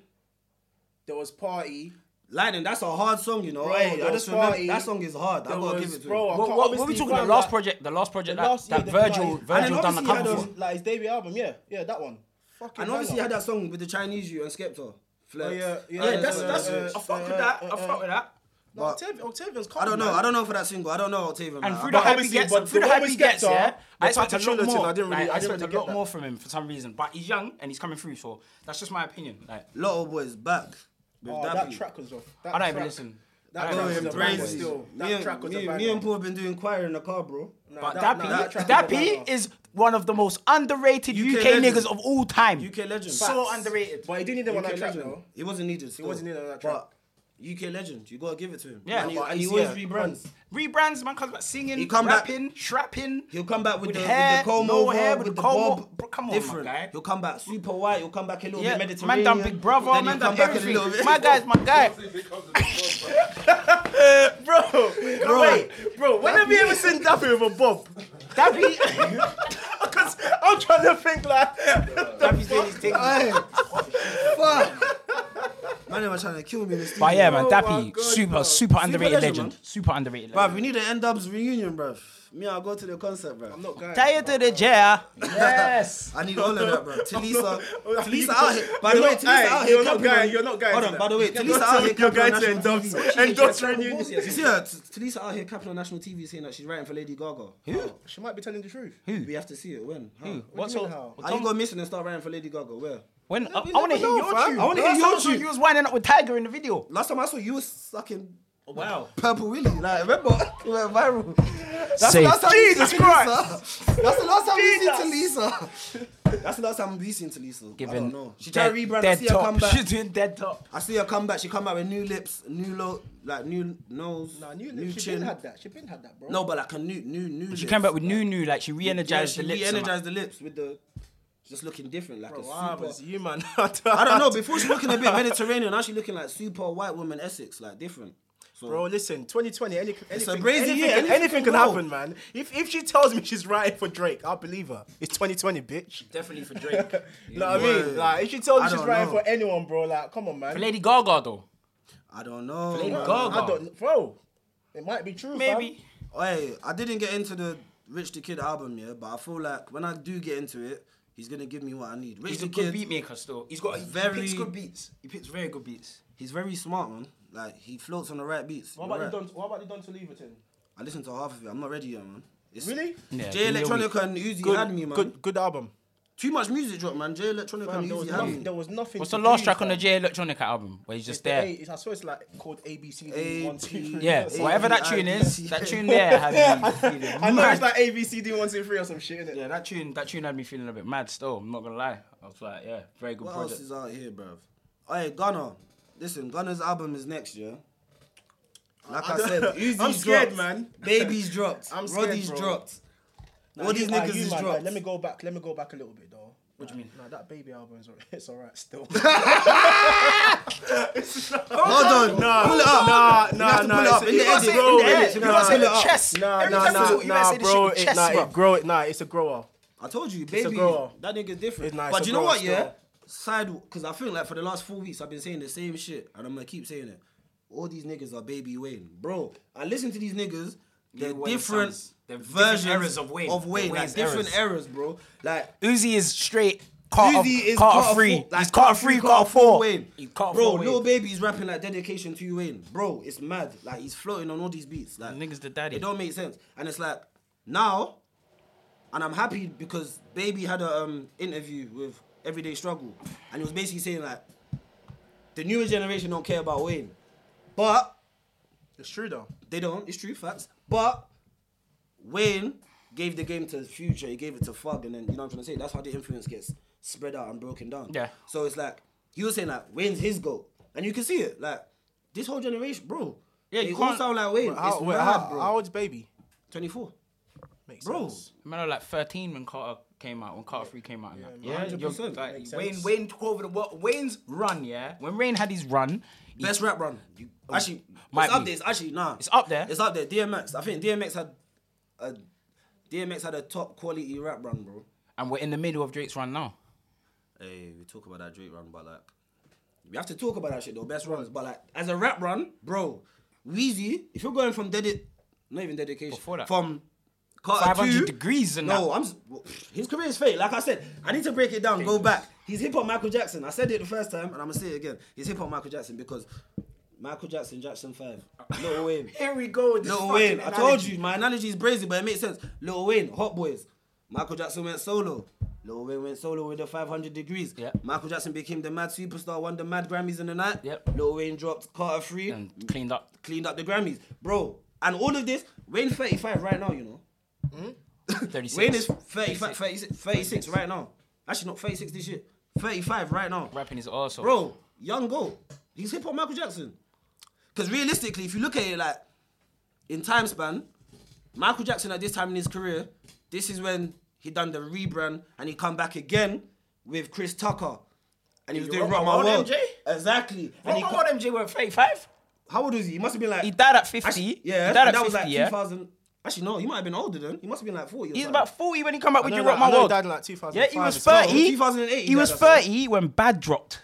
Speaker 3: There was party.
Speaker 1: Lightning, that's a hard song, you know.
Speaker 3: Bro,
Speaker 1: Hey, I
Speaker 3: there
Speaker 1: just
Speaker 3: was
Speaker 1: remember
Speaker 3: Party.
Speaker 1: that song is hard. I
Speaker 3: There
Speaker 1: gotta
Speaker 3: was
Speaker 1: give it to
Speaker 3: bro. I
Speaker 1: him.
Speaker 2: What, what,
Speaker 3: can't-
Speaker 2: what we
Speaker 3: obviously,
Speaker 2: talking about?
Speaker 3: fam,
Speaker 2: The last
Speaker 3: like,
Speaker 2: project. The last project
Speaker 5: The
Speaker 2: that,
Speaker 5: last- yeah,
Speaker 2: that
Speaker 5: the-
Speaker 2: Virgil
Speaker 5: like-
Speaker 1: And then
Speaker 2: Virgil done the
Speaker 1: obviously he had
Speaker 2: cover
Speaker 1: those-
Speaker 2: for.
Speaker 5: like his debut album. Yeah, yeah, that one. Fucking
Speaker 1: And obviously, you
Speaker 5: banger.
Speaker 1: had that song with the Chinese you and Skepta. Flex.
Speaker 3: Oh, yeah, yeah,
Speaker 2: Yeah,
Speaker 3: uh,
Speaker 2: that's
Speaker 3: uh,
Speaker 2: that's.
Speaker 3: uh,
Speaker 2: I fuck with that. I fuck with that.
Speaker 3: No, Octavian, Octavian's calm,
Speaker 1: I don't know.
Speaker 3: man.
Speaker 1: I don't know for that single. I don't know Octavian.
Speaker 2: And
Speaker 1: man.
Speaker 2: through
Speaker 1: I-
Speaker 2: the hype he
Speaker 3: obviously,
Speaker 2: gets,
Speaker 3: but
Speaker 2: through the
Speaker 3: the
Speaker 2: hype
Speaker 3: one
Speaker 2: he
Speaker 3: with
Speaker 2: gets,
Speaker 3: Skepta,
Speaker 2: yeah,
Speaker 3: the
Speaker 2: I expect a
Speaker 3: Tata
Speaker 2: lot
Speaker 3: Trilogy,
Speaker 2: more.
Speaker 3: I didn't
Speaker 2: Like,
Speaker 3: really- I
Speaker 2: I
Speaker 3: didn't
Speaker 2: expect a
Speaker 3: really
Speaker 2: lot
Speaker 3: get
Speaker 2: more from him for some reason. But he's young and he's coming through, so that's just my opinion. Like,
Speaker 1: Lotto Boys back. With
Speaker 3: Oh, that
Speaker 1: Dappy.
Speaker 3: track was off. That
Speaker 2: I don't even
Speaker 3: track-
Speaker 2: listen.
Speaker 3: That
Speaker 2: I don't
Speaker 3: track
Speaker 2: even
Speaker 3: was a
Speaker 2: listen to
Speaker 3: banger
Speaker 2: Boys.
Speaker 1: Crazy.
Speaker 3: still.
Speaker 1: Me
Speaker 3: That
Speaker 1: and-
Speaker 3: track was a
Speaker 1: me-
Speaker 3: banger.
Speaker 1: Me and Paul been doing choir in the car, bro.
Speaker 3: Nah,
Speaker 2: But
Speaker 3: that- nah,
Speaker 2: Dappy,
Speaker 3: that track was a
Speaker 2: Dappy
Speaker 3: banger.
Speaker 2: is one of the most underrated UK,
Speaker 1: legend.
Speaker 2: niggas of all time.
Speaker 1: UK legend.
Speaker 2: So underrated.
Speaker 3: But he didn't need them on
Speaker 1: UK
Speaker 3: that track,
Speaker 1: legend.
Speaker 3: though.
Speaker 1: He wasn't needed. Still.
Speaker 3: wasn't needed on that track.
Speaker 1: But UK legend, you gotta give it to him.
Speaker 2: Yeah,
Speaker 1: and he,
Speaker 2: but
Speaker 1: and he
Speaker 2: it's-
Speaker 1: always
Speaker 2: yeah.
Speaker 1: rebrands.
Speaker 2: Rebrands, man comes back singing,
Speaker 1: He come back-
Speaker 2: rapping, shrapping.
Speaker 1: He'll come back with,
Speaker 2: With
Speaker 1: the,
Speaker 2: hair,
Speaker 1: with the comb
Speaker 2: no
Speaker 1: over,
Speaker 2: hair,
Speaker 1: with,
Speaker 2: with
Speaker 1: the
Speaker 2: the comb
Speaker 1: bob.
Speaker 2: o- bro, come on, my
Speaker 1: different.
Speaker 2: guy.
Speaker 1: He'll come back super white. He'll come back a little
Speaker 2: Yeah,
Speaker 1: bit
Speaker 2: man
Speaker 1: Mediterranean.
Speaker 2: done Big Brother,
Speaker 1: then
Speaker 2: man
Speaker 1: he'll
Speaker 2: done
Speaker 1: come back a little bit.
Speaker 2: everything. My guy's my guy.
Speaker 5: Bro, bro, wait, bro, when have you ever seen Daffy with a bob?
Speaker 2: Daffy,
Speaker 5: Because I'm trying to think like,
Speaker 2: Daffy's doing his thing.
Speaker 1: Hey, fuck. Man, they were trying to kill me. in the studio.
Speaker 2: But yeah, man,
Speaker 1: Oh my
Speaker 2: Dappy,
Speaker 1: God,
Speaker 2: super,
Speaker 1: bruv.
Speaker 2: super underrated
Speaker 1: legend,
Speaker 2: legend.
Speaker 1: man.
Speaker 2: Super underrated
Speaker 1: Bruv, we
Speaker 2: legend.
Speaker 1: need an N-Dubs reunion, bruv. Me, I'll go to the concert, bruv.
Speaker 3: Not guy.
Speaker 2: Tired to the jail. Yes.
Speaker 1: I need all of that, bro. Talisa,
Speaker 3: not-
Speaker 1: Talisa out here. By the
Speaker 3: You're
Speaker 1: way,
Speaker 3: not-
Speaker 1: Talisa
Speaker 3: aye,
Speaker 1: out here.
Speaker 3: you're not
Speaker 1: camping
Speaker 3: guy-
Speaker 1: on-
Speaker 3: you're not guy
Speaker 1: Hold
Speaker 3: to
Speaker 1: on,
Speaker 3: that.
Speaker 1: by the way, Talisa out here.
Speaker 3: You're
Speaker 1: camping on
Speaker 3: going to
Speaker 1: national
Speaker 3: endorse,
Speaker 1: TV.
Speaker 3: endorse reunion.
Speaker 1: You see her? T- Talisa out here capping on national TV saying that she's writing for Lady Gaga.
Speaker 3: She might be telling the truth.
Speaker 1: We have to see it when. How?
Speaker 2: What's
Speaker 3: mean
Speaker 2: all?
Speaker 3: how?
Speaker 1: Are you going missing and start writing for Lady Gaga? Where?
Speaker 2: When I, want to hear
Speaker 1: know,
Speaker 2: your
Speaker 1: fam.
Speaker 2: tune.
Speaker 1: I wanna hear
Speaker 2: Last
Speaker 1: your
Speaker 2: time I saw
Speaker 1: tune.
Speaker 2: You was winding up with Tiger in the video.
Speaker 1: Last time I saw you was sucking
Speaker 2: Wow.
Speaker 1: Purple Willie. Like remember, it went viral. That's
Speaker 2: Safe.
Speaker 1: the last time
Speaker 2: Jesus
Speaker 1: we seen
Speaker 2: Christ.
Speaker 1: Talisa. That's the last time we seen Talisa. That's the last time we seen Talisa. I don't know. Oh, She tried to rebrand. I see her come
Speaker 2: top.
Speaker 1: back.
Speaker 2: She's doing dead top.
Speaker 1: I see her come back. She come back with new lips, new look, like new nose,
Speaker 3: Nah,
Speaker 1: new,
Speaker 3: new, new she
Speaker 1: chin.
Speaker 3: been had that. She been had that, bro.
Speaker 1: No, but like a new, new, new.
Speaker 2: She came back with new, new, like she re-energized the lips. and that.
Speaker 1: Re-energized the lips with the, just looking different, like a
Speaker 3: What
Speaker 5: ah,
Speaker 3: happens
Speaker 1: super.
Speaker 3: to you, man?
Speaker 1: I don't know. Before she looking a bit Mediterranean, now she looking like super white woman Essex, like different. So,
Speaker 5: bro, listen, 2020, any, anything,
Speaker 1: a crazy
Speaker 5: anything,
Speaker 1: year,
Speaker 5: can-
Speaker 1: anything
Speaker 5: anything can
Speaker 1: can go.
Speaker 5: happen, man. If if she tells me she's writing for Drake, I'll believe her. It's 2020, bitch.
Speaker 2: Definitely for Drake.
Speaker 5: You know what I mean? Like, if she tells
Speaker 1: I
Speaker 5: me she's
Speaker 1: don't
Speaker 5: writing
Speaker 1: know.
Speaker 5: for anyone, bro, like, come on, man.
Speaker 2: For Lady Gaga though.
Speaker 1: I don't know.
Speaker 2: Lady
Speaker 1: man.
Speaker 2: Gaga.
Speaker 5: I don't, bro. It might be true, fam.
Speaker 2: Maybe.
Speaker 1: Hey, I didn't get into the Rich the Kid album yeah, but I feel like when I do get into it, he's gonna give me what I need. Rich
Speaker 2: He's
Speaker 1: the
Speaker 2: a good
Speaker 1: Kid,
Speaker 2: beat maker still. He's got he
Speaker 1: Very-
Speaker 2: picks good beats. He picks very good beats.
Speaker 1: he's very smart, man. Like he floats on the right beats.
Speaker 5: What
Speaker 1: You're
Speaker 5: about
Speaker 1: right.
Speaker 5: the Don? What about the Don Toliverton?
Speaker 1: I listened to half of it. I'm not ready yet, man. It's
Speaker 5: Really?
Speaker 2: Yeah,
Speaker 1: J
Speaker 2: give me a
Speaker 1: Electronica and Uzi had me, man.
Speaker 5: good, good album.
Speaker 1: Too much music drop, man. J Electronica and
Speaker 5: There
Speaker 1: Uzi
Speaker 5: was,
Speaker 1: had
Speaker 5: nothing,
Speaker 1: me.
Speaker 5: there was nothing.
Speaker 2: What's
Speaker 5: to
Speaker 2: the last
Speaker 5: do,
Speaker 2: track on the
Speaker 5: fam.
Speaker 2: J Electronica album where
Speaker 5: It's
Speaker 2: he's just
Speaker 5: the
Speaker 2: there?
Speaker 5: A- it's- I swear it's like called ABC.
Speaker 1: A-
Speaker 5: one, two, three.
Speaker 2: Yeah,
Speaker 5: That's
Speaker 1: A-
Speaker 2: whatever that tune is, that tune there had me feeling
Speaker 5: I know
Speaker 2: mad.
Speaker 5: it's like ABCD one two three or some shit, innit?
Speaker 2: Yeah, that tune that tune had me feeling a bit mad still, I'm not gonna lie. I was like, yeah, very good
Speaker 1: What else
Speaker 2: project.
Speaker 1: is out here, bruv? Hey, Gunner. Listen, Gunner's album is next year. Like I, said, Uzi's
Speaker 5: I'm scared,
Speaker 1: dropped,
Speaker 5: man.
Speaker 1: Baby's dropped.
Speaker 5: I'm scared,
Speaker 1: Roddy's
Speaker 5: bro.
Speaker 1: dropped.
Speaker 5: Nah,
Speaker 1: All
Speaker 5: you-
Speaker 1: these
Speaker 5: nah,
Speaker 1: niggas
Speaker 5: you,
Speaker 1: is
Speaker 5: man,
Speaker 1: dropped.
Speaker 5: like, let me go back. Let me go back a little bit though. What do you mean? Nah, that baby album is alright. It's alright still.
Speaker 1: Hold on.
Speaker 5: Nah,
Speaker 1: pull it
Speaker 5: nah,
Speaker 1: up. You
Speaker 5: nah,
Speaker 1: have to
Speaker 5: nah,
Speaker 1: pull it up.
Speaker 5: it's-
Speaker 1: In the
Speaker 5: you gotta
Speaker 1: edit,
Speaker 5: say-
Speaker 1: in the
Speaker 5: bro,
Speaker 1: edit. You
Speaker 5: nah,
Speaker 1: gotta
Speaker 5: nah,
Speaker 1: pull it up.
Speaker 2: chest.
Speaker 5: Nah,
Speaker 2: Every
Speaker 5: nah,
Speaker 2: time I
Speaker 5: nah,
Speaker 2: thought you were
Speaker 5: nah,
Speaker 2: saying this shit
Speaker 5: bro.
Speaker 2: with
Speaker 5: It,
Speaker 2: chest,
Speaker 5: nah,
Speaker 2: bruv.
Speaker 5: it grow. It, nah, it's a grower.
Speaker 1: I told you, baby,
Speaker 5: grower.
Speaker 1: that nigga's different.
Speaker 5: It's nice,
Speaker 1: but
Speaker 5: it's
Speaker 1: you
Speaker 5: a
Speaker 1: know
Speaker 5: grower
Speaker 1: what, yeah?
Speaker 5: still.
Speaker 1: Side, because I think like for the last four weeks I've been saying the same shit, and I'm gonna keep saying it. All these niggas are baby Wayne, bro. I listen to these niggas. They're
Speaker 2: Wayne
Speaker 1: different
Speaker 2: sounds- they're different
Speaker 1: versions
Speaker 2: eras of Wayne.
Speaker 1: Of Wayne,
Speaker 2: They're
Speaker 1: like
Speaker 2: Wayne's
Speaker 1: different
Speaker 2: eras.
Speaker 1: eras, bro. Like
Speaker 2: Uzi is straight Carter,
Speaker 1: Uzi
Speaker 2: is Carter,
Speaker 1: four-
Speaker 2: free.
Speaker 1: like,
Speaker 2: he's Carter free, Carter four. He's Carter
Speaker 1: bro,
Speaker 2: four Wayne.
Speaker 1: little baby's rapping like dedication to you, Wayne. Bro, it's mad. Like he's floating on all these beats. Like
Speaker 2: Niggas the daddy.
Speaker 1: It don't make sense. And it's like now, and I'm happy because Baby had a um interview with Everyday Struggle, and he was basically saying like, the newer generation don't care about Wayne, but
Speaker 5: It's true though.
Speaker 1: they don't. It's true facts. But Wayne gave the game to Future. He gave it to Fug, and then you know what I'm trying to say. That's how the influence gets spread out and broken down.
Speaker 2: Yeah.
Speaker 1: So it's like he was saying like Wayne's his goal, and you can see it. Like this whole generation, bro. Yeah,
Speaker 2: you
Speaker 1: they all
Speaker 2: can't-
Speaker 1: sound like Wayne.
Speaker 5: How,
Speaker 1: it's
Speaker 5: wait,
Speaker 1: mad,
Speaker 5: how,
Speaker 1: bro.
Speaker 5: how old's baby?
Speaker 1: 24,
Speaker 5: Makes
Speaker 1: bro.
Speaker 5: sense.
Speaker 2: Man, I was like 13 when Carter came out, when Carter 3 came out. and that. Yeah,
Speaker 1: 100%.
Speaker 2: you're- like,
Speaker 5: Makes
Speaker 2: Wayne,
Speaker 5: sense.
Speaker 2: Wayne took over the world. Wayne's run, yeah. When Wayne had his run, he-
Speaker 1: Best rap run. You, actually,
Speaker 2: Might
Speaker 1: it's up
Speaker 2: be.
Speaker 1: there. It's actually nah.
Speaker 2: It's up there?
Speaker 1: It's up there. DMX. I think DMX had a DMX had a top quality rap run, bro.
Speaker 2: and we're in the middle of Drake's run now.
Speaker 1: Hey, we talk about that Drake run, but like, we have to talk about that shit though. Best runs, but like, as a rap run, bro, Weezy, if you're going from dedi, not even dedication,
Speaker 2: Before that.
Speaker 1: from Carter
Speaker 2: 500
Speaker 1: two-
Speaker 2: degrees and
Speaker 1: no,
Speaker 2: that.
Speaker 1: I'm s- well, his career is fake. Like I said, I need to break it down. Go back. He's hip hop Michael Jackson. I said it the first time, and I'm gonna say it again. He's hip hop Michael Jackson because Michael Jackson, Jackson Five, Little Wayne.
Speaker 2: Here we go. With
Speaker 1: Little Wayne. I told you, my analogy is brazy, but it makes sense. Little Wayne, Hot Boys. Michael Jackson went solo. Little Wayne went solo with the 500 degrees.
Speaker 2: Yeah.
Speaker 1: Michael Jackson became the mad superstar, won the mad Grammys in the night.
Speaker 2: Yep.
Speaker 1: Little Wayne dropped Carter 3,
Speaker 2: And cleaned up.
Speaker 1: cleaned up the Grammys. Bro, and all of this, Wayne 35 right now, you know.
Speaker 2: 36.
Speaker 1: Wayne is 35, 36, 36 right now. Actually, not 36 this year. 35 right now.
Speaker 2: Rapping his arse off.
Speaker 1: Bro, young go. He's hip hop Michael Jackson. Because realistically, if you look at it like in time span, Michael Jackson at this time in his career, this is when he done the rebrand and he come back again with Chris Tucker. And he was doing
Speaker 2: Rock
Speaker 1: Rock
Speaker 2: My
Speaker 1: My World.
Speaker 2: World, MJ?
Speaker 1: Exactly. And he
Speaker 2: Rock
Speaker 1: co-
Speaker 2: My World MJ went 35?
Speaker 1: how old is he? He must have been like.
Speaker 2: He died at 50.
Speaker 1: Actually,
Speaker 2: He
Speaker 1: yeah,
Speaker 2: died at
Speaker 1: that was
Speaker 2: 50,
Speaker 1: like
Speaker 2: yeah.
Speaker 1: 2000. Actually, no, he might have been older then. He must have been like 40. Or
Speaker 2: He's
Speaker 1: something.
Speaker 2: about 40 when he come out with
Speaker 3: No,
Speaker 2: You
Speaker 3: no,
Speaker 2: Rock
Speaker 3: I
Speaker 2: My
Speaker 3: know he
Speaker 2: World.
Speaker 3: died in like 2005.
Speaker 2: yeah, he was
Speaker 3: as well.
Speaker 2: 30.
Speaker 1: 2008 he
Speaker 2: He was
Speaker 1: died, that's it.
Speaker 2: 30 when Bad dropped.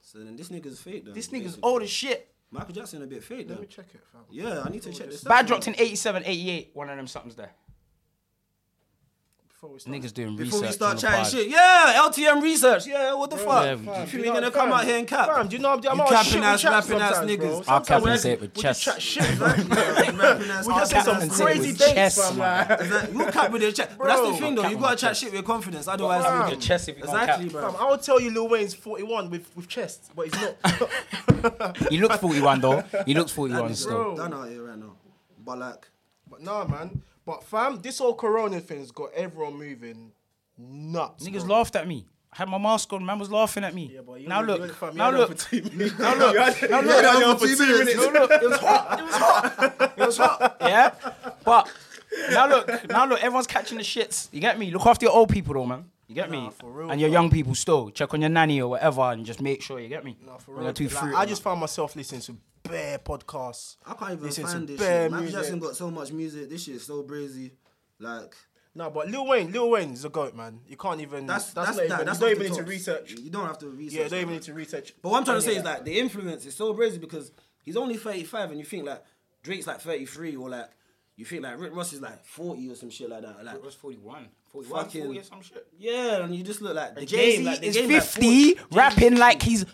Speaker 1: So then this nigga's fake then.
Speaker 2: This nigga's
Speaker 1: basically.
Speaker 2: old as shit.
Speaker 1: Michael Jackson a bit fake
Speaker 3: Let
Speaker 1: though.
Speaker 3: me check it, fam.
Speaker 1: Yeah, I need to check this.
Speaker 2: Bad
Speaker 1: out.
Speaker 2: dropped in 87, 88. One of them something's there.
Speaker 3: Before we start.
Speaker 2: Niggas doing
Speaker 1: Before
Speaker 2: research.
Speaker 1: we
Speaker 2: on
Speaker 1: start
Speaker 2: the
Speaker 1: chatting
Speaker 2: pod.
Speaker 1: shit, yeah, LTM research, yeah, what the fuck?
Speaker 2: yeah,
Speaker 1: if
Speaker 5: Do you
Speaker 1: you ain't
Speaker 5: know-
Speaker 1: gonna come
Speaker 5: fam,
Speaker 1: out here and
Speaker 5: Fam,
Speaker 1: cap,
Speaker 5: do you know I'm I'm
Speaker 1: You
Speaker 5: all
Speaker 1: capping
Speaker 5: shit with
Speaker 1: ass,
Speaker 5: chat
Speaker 1: rapping ass
Speaker 5: sometimes, bro.
Speaker 1: niggas. I'll
Speaker 2: I'll
Speaker 5: Sometimes
Speaker 2: cap
Speaker 5: we
Speaker 2: and
Speaker 5: just-
Speaker 2: say it with
Speaker 5: we just
Speaker 2: chest.
Speaker 5: chat shit.
Speaker 1: we
Speaker 5: We just say
Speaker 2: cap
Speaker 5: some
Speaker 2: and say it
Speaker 5: crazy
Speaker 2: with
Speaker 5: dates,
Speaker 2: chest,
Speaker 5: fam.
Speaker 2: man.
Speaker 5: Like,
Speaker 1: You cap with your chat, but that's the thing though.
Speaker 2: cap
Speaker 1: You gotta
Speaker 2: on my
Speaker 1: chat
Speaker 2: chest.
Speaker 1: shit with confidence, otherwise
Speaker 5: Fam,
Speaker 1: you'll
Speaker 2: Your
Speaker 1: get
Speaker 2: chest if you can't
Speaker 1: Exactly,
Speaker 2: cap.
Speaker 1: bro.
Speaker 5: Fam, I'll tell you Lil Wayne's 41 with, with chest, but he's not.
Speaker 2: He looks 41 though. He looks 41 still.
Speaker 1: done out here right now. But like,
Speaker 3: But nah, man.
Speaker 5: but fam, this whole corona thing's got everyone moving nuts.
Speaker 2: Niggas laughed at me. I had my mask on. Man was laughing at me.
Speaker 3: But you
Speaker 2: now
Speaker 3: only- you
Speaker 2: look.
Speaker 3: only- fam, you
Speaker 2: now
Speaker 3: only
Speaker 2: look.
Speaker 3: on for two minutes.
Speaker 2: Now look.
Speaker 3: You only-
Speaker 2: Now
Speaker 3: you
Speaker 2: look.
Speaker 3: only on
Speaker 4: for two minutes.
Speaker 3: minutes.
Speaker 1: it was hot. It was hot. It was hot.
Speaker 2: Yeah. But now look. Now look. Everyone's catching the shits. You get me? Look after your old people though, man. You get me?
Speaker 3: for real,
Speaker 2: and your young people still. Check on your nanny or whatever and just make sure you get me.
Speaker 3: Nah, for
Speaker 2: When
Speaker 3: real.
Speaker 2: you're too
Speaker 3: Like,
Speaker 2: free.
Speaker 5: I just found myself listening to bare podcasts.
Speaker 1: I can't even
Speaker 5: Listen to
Speaker 1: find this.
Speaker 5: bare
Speaker 1: Shit. Michael
Speaker 5: music.
Speaker 1: Jackson got so much music. This shit is so brazy. Like,
Speaker 5: No, but Lil Wayne, Lil Wayne is a goat, man. You can't even.
Speaker 1: that's
Speaker 5: not
Speaker 1: that's that.
Speaker 5: even,
Speaker 1: that's
Speaker 5: you don't
Speaker 1: off the
Speaker 5: even need to
Speaker 1: top.
Speaker 5: research.
Speaker 1: You don't have to research.
Speaker 5: Yeah, you don't
Speaker 1: that,
Speaker 5: even
Speaker 1: man.
Speaker 5: need to research.
Speaker 1: But what I'm trying to
Speaker 5: any
Speaker 1: say
Speaker 5: of
Speaker 1: is like the influence is so crazy because he's only 35 and you think like Drake's like 33 or like you think like Rick Ross is like 40 or some shit like that. Like
Speaker 2: was 41.
Speaker 1: 41, 40 or
Speaker 2: some shit.
Speaker 1: yeah, and you just look like the
Speaker 2: Jay
Speaker 1: game.
Speaker 2: Z
Speaker 1: Like, the
Speaker 2: is
Speaker 1: game,
Speaker 2: 50, rapping like he's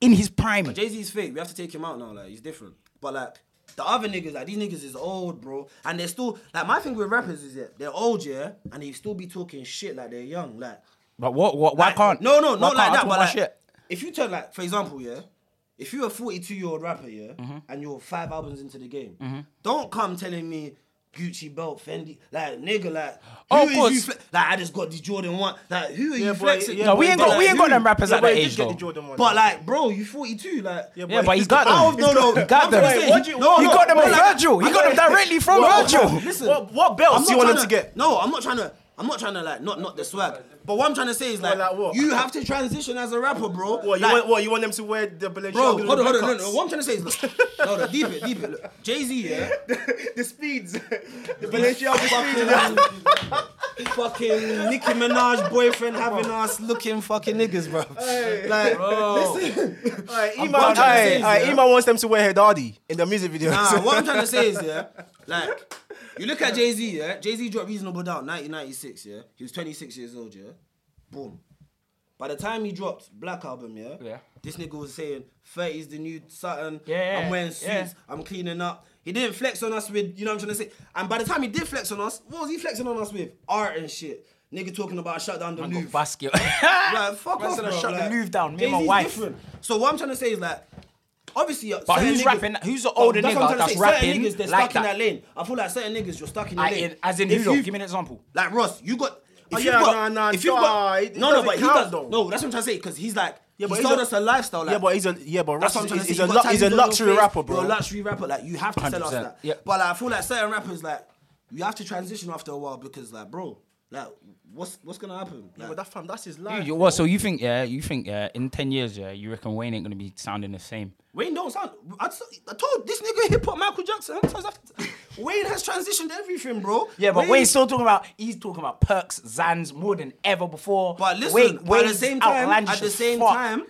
Speaker 2: in his prime.
Speaker 1: Jay Z's fake. We have to take him out now. Like he's different. But like the other niggas, like these niggas is old, bro, and they're still like my thing with rappers is that they're old, yeah, and they still be talking shit like they're young, like.
Speaker 2: But what? What? Why
Speaker 1: Like,
Speaker 2: can't?
Speaker 1: No, no,
Speaker 2: why
Speaker 1: not like
Speaker 2: can't I
Speaker 1: that.
Speaker 2: talk
Speaker 1: But
Speaker 2: my
Speaker 1: like,
Speaker 2: shit?
Speaker 1: if you turn like, for example, yeah, if you're a 42 year old rapper, yeah,
Speaker 2: Mm-hmm.
Speaker 1: and you're five albums into the game, don't come telling me. Gucci belt, Fendi, like nigga, like who
Speaker 2: Oh, of
Speaker 1: is
Speaker 2: course.
Speaker 1: you fle- like I just got the Jordan one, like who are you
Speaker 5: but-
Speaker 1: flexing?
Speaker 5: yeah,
Speaker 2: No, we
Speaker 5: but
Speaker 2: ain't
Speaker 5: he
Speaker 2: got
Speaker 5: did
Speaker 2: we
Speaker 5: get
Speaker 2: ain't
Speaker 5: the
Speaker 2: got them rappers
Speaker 5: Jordan-
Speaker 2: at
Speaker 5: yeah,
Speaker 2: that
Speaker 5: but he did
Speaker 2: age
Speaker 5: get the
Speaker 2: though.
Speaker 5: Jordan one.
Speaker 1: But like, bro, you 42, like
Speaker 2: Yeah, but he's got
Speaker 1: I
Speaker 2: them.
Speaker 1: don't know, no, no,
Speaker 2: He got
Speaker 1: I'm
Speaker 2: them.
Speaker 1: saying-
Speaker 5: Wait, what do you-
Speaker 1: no,
Speaker 2: He
Speaker 1: no,
Speaker 2: got them
Speaker 1: no,
Speaker 2: on
Speaker 1: like-
Speaker 2: Virgil. He got them directly from Virgil.
Speaker 1: Listen,
Speaker 5: What- what belts
Speaker 1: I'm
Speaker 5: do you
Speaker 1: not
Speaker 5: want him
Speaker 1: tryna-
Speaker 5: to get?
Speaker 1: No, I'm not trying to. I'm not trying to like not not the swag. But what I'm trying to say is like,
Speaker 5: like what?
Speaker 1: you have to transition as a rapper, bro.
Speaker 5: What you
Speaker 1: Like,
Speaker 5: want? What you want them to wear the
Speaker 1: Bro, hold on, hold on, no, no. What I'm trying to say is, look, no, no, deep it, deep it. Look, Jay Z, yeah,
Speaker 5: the speeds, the Balenciaga speeds.
Speaker 1: fucking, fucking Nicki Minaj boyfriend having us looking fucking niggas, bro. Like, listen,
Speaker 5: Alright, Iman,
Speaker 1: what I'm trying
Speaker 5: alright,
Speaker 1: to say is,
Speaker 5: alright,
Speaker 1: yeah.
Speaker 5: Iman wants them to wear Hedadi in the music video.
Speaker 1: Nah, what I'm trying to say is, yeah, like, you look at Jay Z, yeah, Jay Z dropped Reasonable Doubt 1996, yeah, he was 26 years old, yeah, boom. By the time he dropped Black Album, yeah,
Speaker 2: Yeah.
Speaker 1: this nigga was saying 30 is the new Sutton,
Speaker 2: Yeah, yeah,
Speaker 1: I'm wearing suits,
Speaker 2: yeah.
Speaker 1: I'm cleaning up. He didn't flex on us with, you know what I'm trying to say? And by the time he did flex on us, what was he flexing on us with? Art and shit. Nigga talking about shut down the Louvre.
Speaker 2: Basket.
Speaker 1: Like, fuck
Speaker 2: Man
Speaker 1: off,
Speaker 2: said I
Speaker 1: bro.
Speaker 2: shut the
Speaker 1: like,
Speaker 2: Louvre down, me and my
Speaker 1: Jay-Z's
Speaker 2: wife.
Speaker 1: different. So what I'm trying to say is like, obviously,
Speaker 2: But
Speaker 1: certain
Speaker 2: who's
Speaker 1: niggas-
Speaker 2: rapping- who's the
Speaker 1: No,
Speaker 2: older
Speaker 1: that's
Speaker 2: nigga
Speaker 1: what I'm trying to
Speaker 2: that's
Speaker 1: say. Certain
Speaker 2: rapping
Speaker 1: niggas, they're
Speaker 2: like
Speaker 1: stuck in
Speaker 2: that?
Speaker 1: that lane. I feel like certain niggas, you're stuck in the
Speaker 2: I-
Speaker 1: lane.
Speaker 2: in- as in
Speaker 1: If
Speaker 2: who? though?
Speaker 1: you-
Speaker 2: Give me an example.
Speaker 1: Like Ross, you got. If
Speaker 5: Oh,
Speaker 1: you've
Speaker 5: yeah,
Speaker 1: got,
Speaker 5: nah, nah,
Speaker 1: if you've
Speaker 5: nah,
Speaker 1: got,
Speaker 5: it- it
Speaker 1: no, no,
Speaker 5: doesn't
Speaker 1: but he
Speaker 5: count,
Speaker 1: does.
Speaker 5: though.
Speaker 1: No, that's what I'm trying to say because he's like, yeah,
Speaker 5: but
Speaker 1: he
Speaker 5: he's
Speaker 1: sold
Speaker 5: a-
Speaker 1: us a lifestyle. Like,
Speaker 5: yeah, but he's a yeah, but
Speaker 1: that's
Speaker 5: Russ
Speaker 1: what I'm
Speaker 5: is,
Speaker 1: trying to
Speaker 5: he's
Speaker 1: say.
Speaker 5: a
Speaker 1: You
Speaker 5: lu-
Speaker 1: got
Speaker 5: he's a
Speaker 1: tattoos on your
Speaker 5: luxury
Speaker 1: face,
Speaker 5: rapper, bro.
Speaker 1: You're a luxury rapper. Like you have to sell us
Speaker 2: 100%,
Speaker 1: that.
Speaker 2: yeah.
Speaker 1: But like, I feel like certain rappers, like you have to transition after a while because, like, bro, like, what's what's gonna happen? Like,
Speaker 5: But that fam, that's his life.
Speaker 2: You- What? So you think? Yeah, you think? Yeah, in ten years, yeah, you reckon Wayne ain't gonna be sounding the same?
Speaker 1: Wayne don't sound. I, s- I told this nigga hip hop Michael Jackson. how many times I've- Wayne has transitioned everything, bro.
Speaker 2: Yeah, but Wayne's still talking about he's talking about perks, Zans more than ever before.
Speaker 1: But listen,
Speaker 2: Wayne-
Speaker 1: but at the
Speaker 2: Wayne's
Speaker 1: same time,
Speaker 2: outlandish
Speaker 1: at the
Speaker 2: as
Speaker 1: same
Speaker 2: fuck.
Speaker 1: time,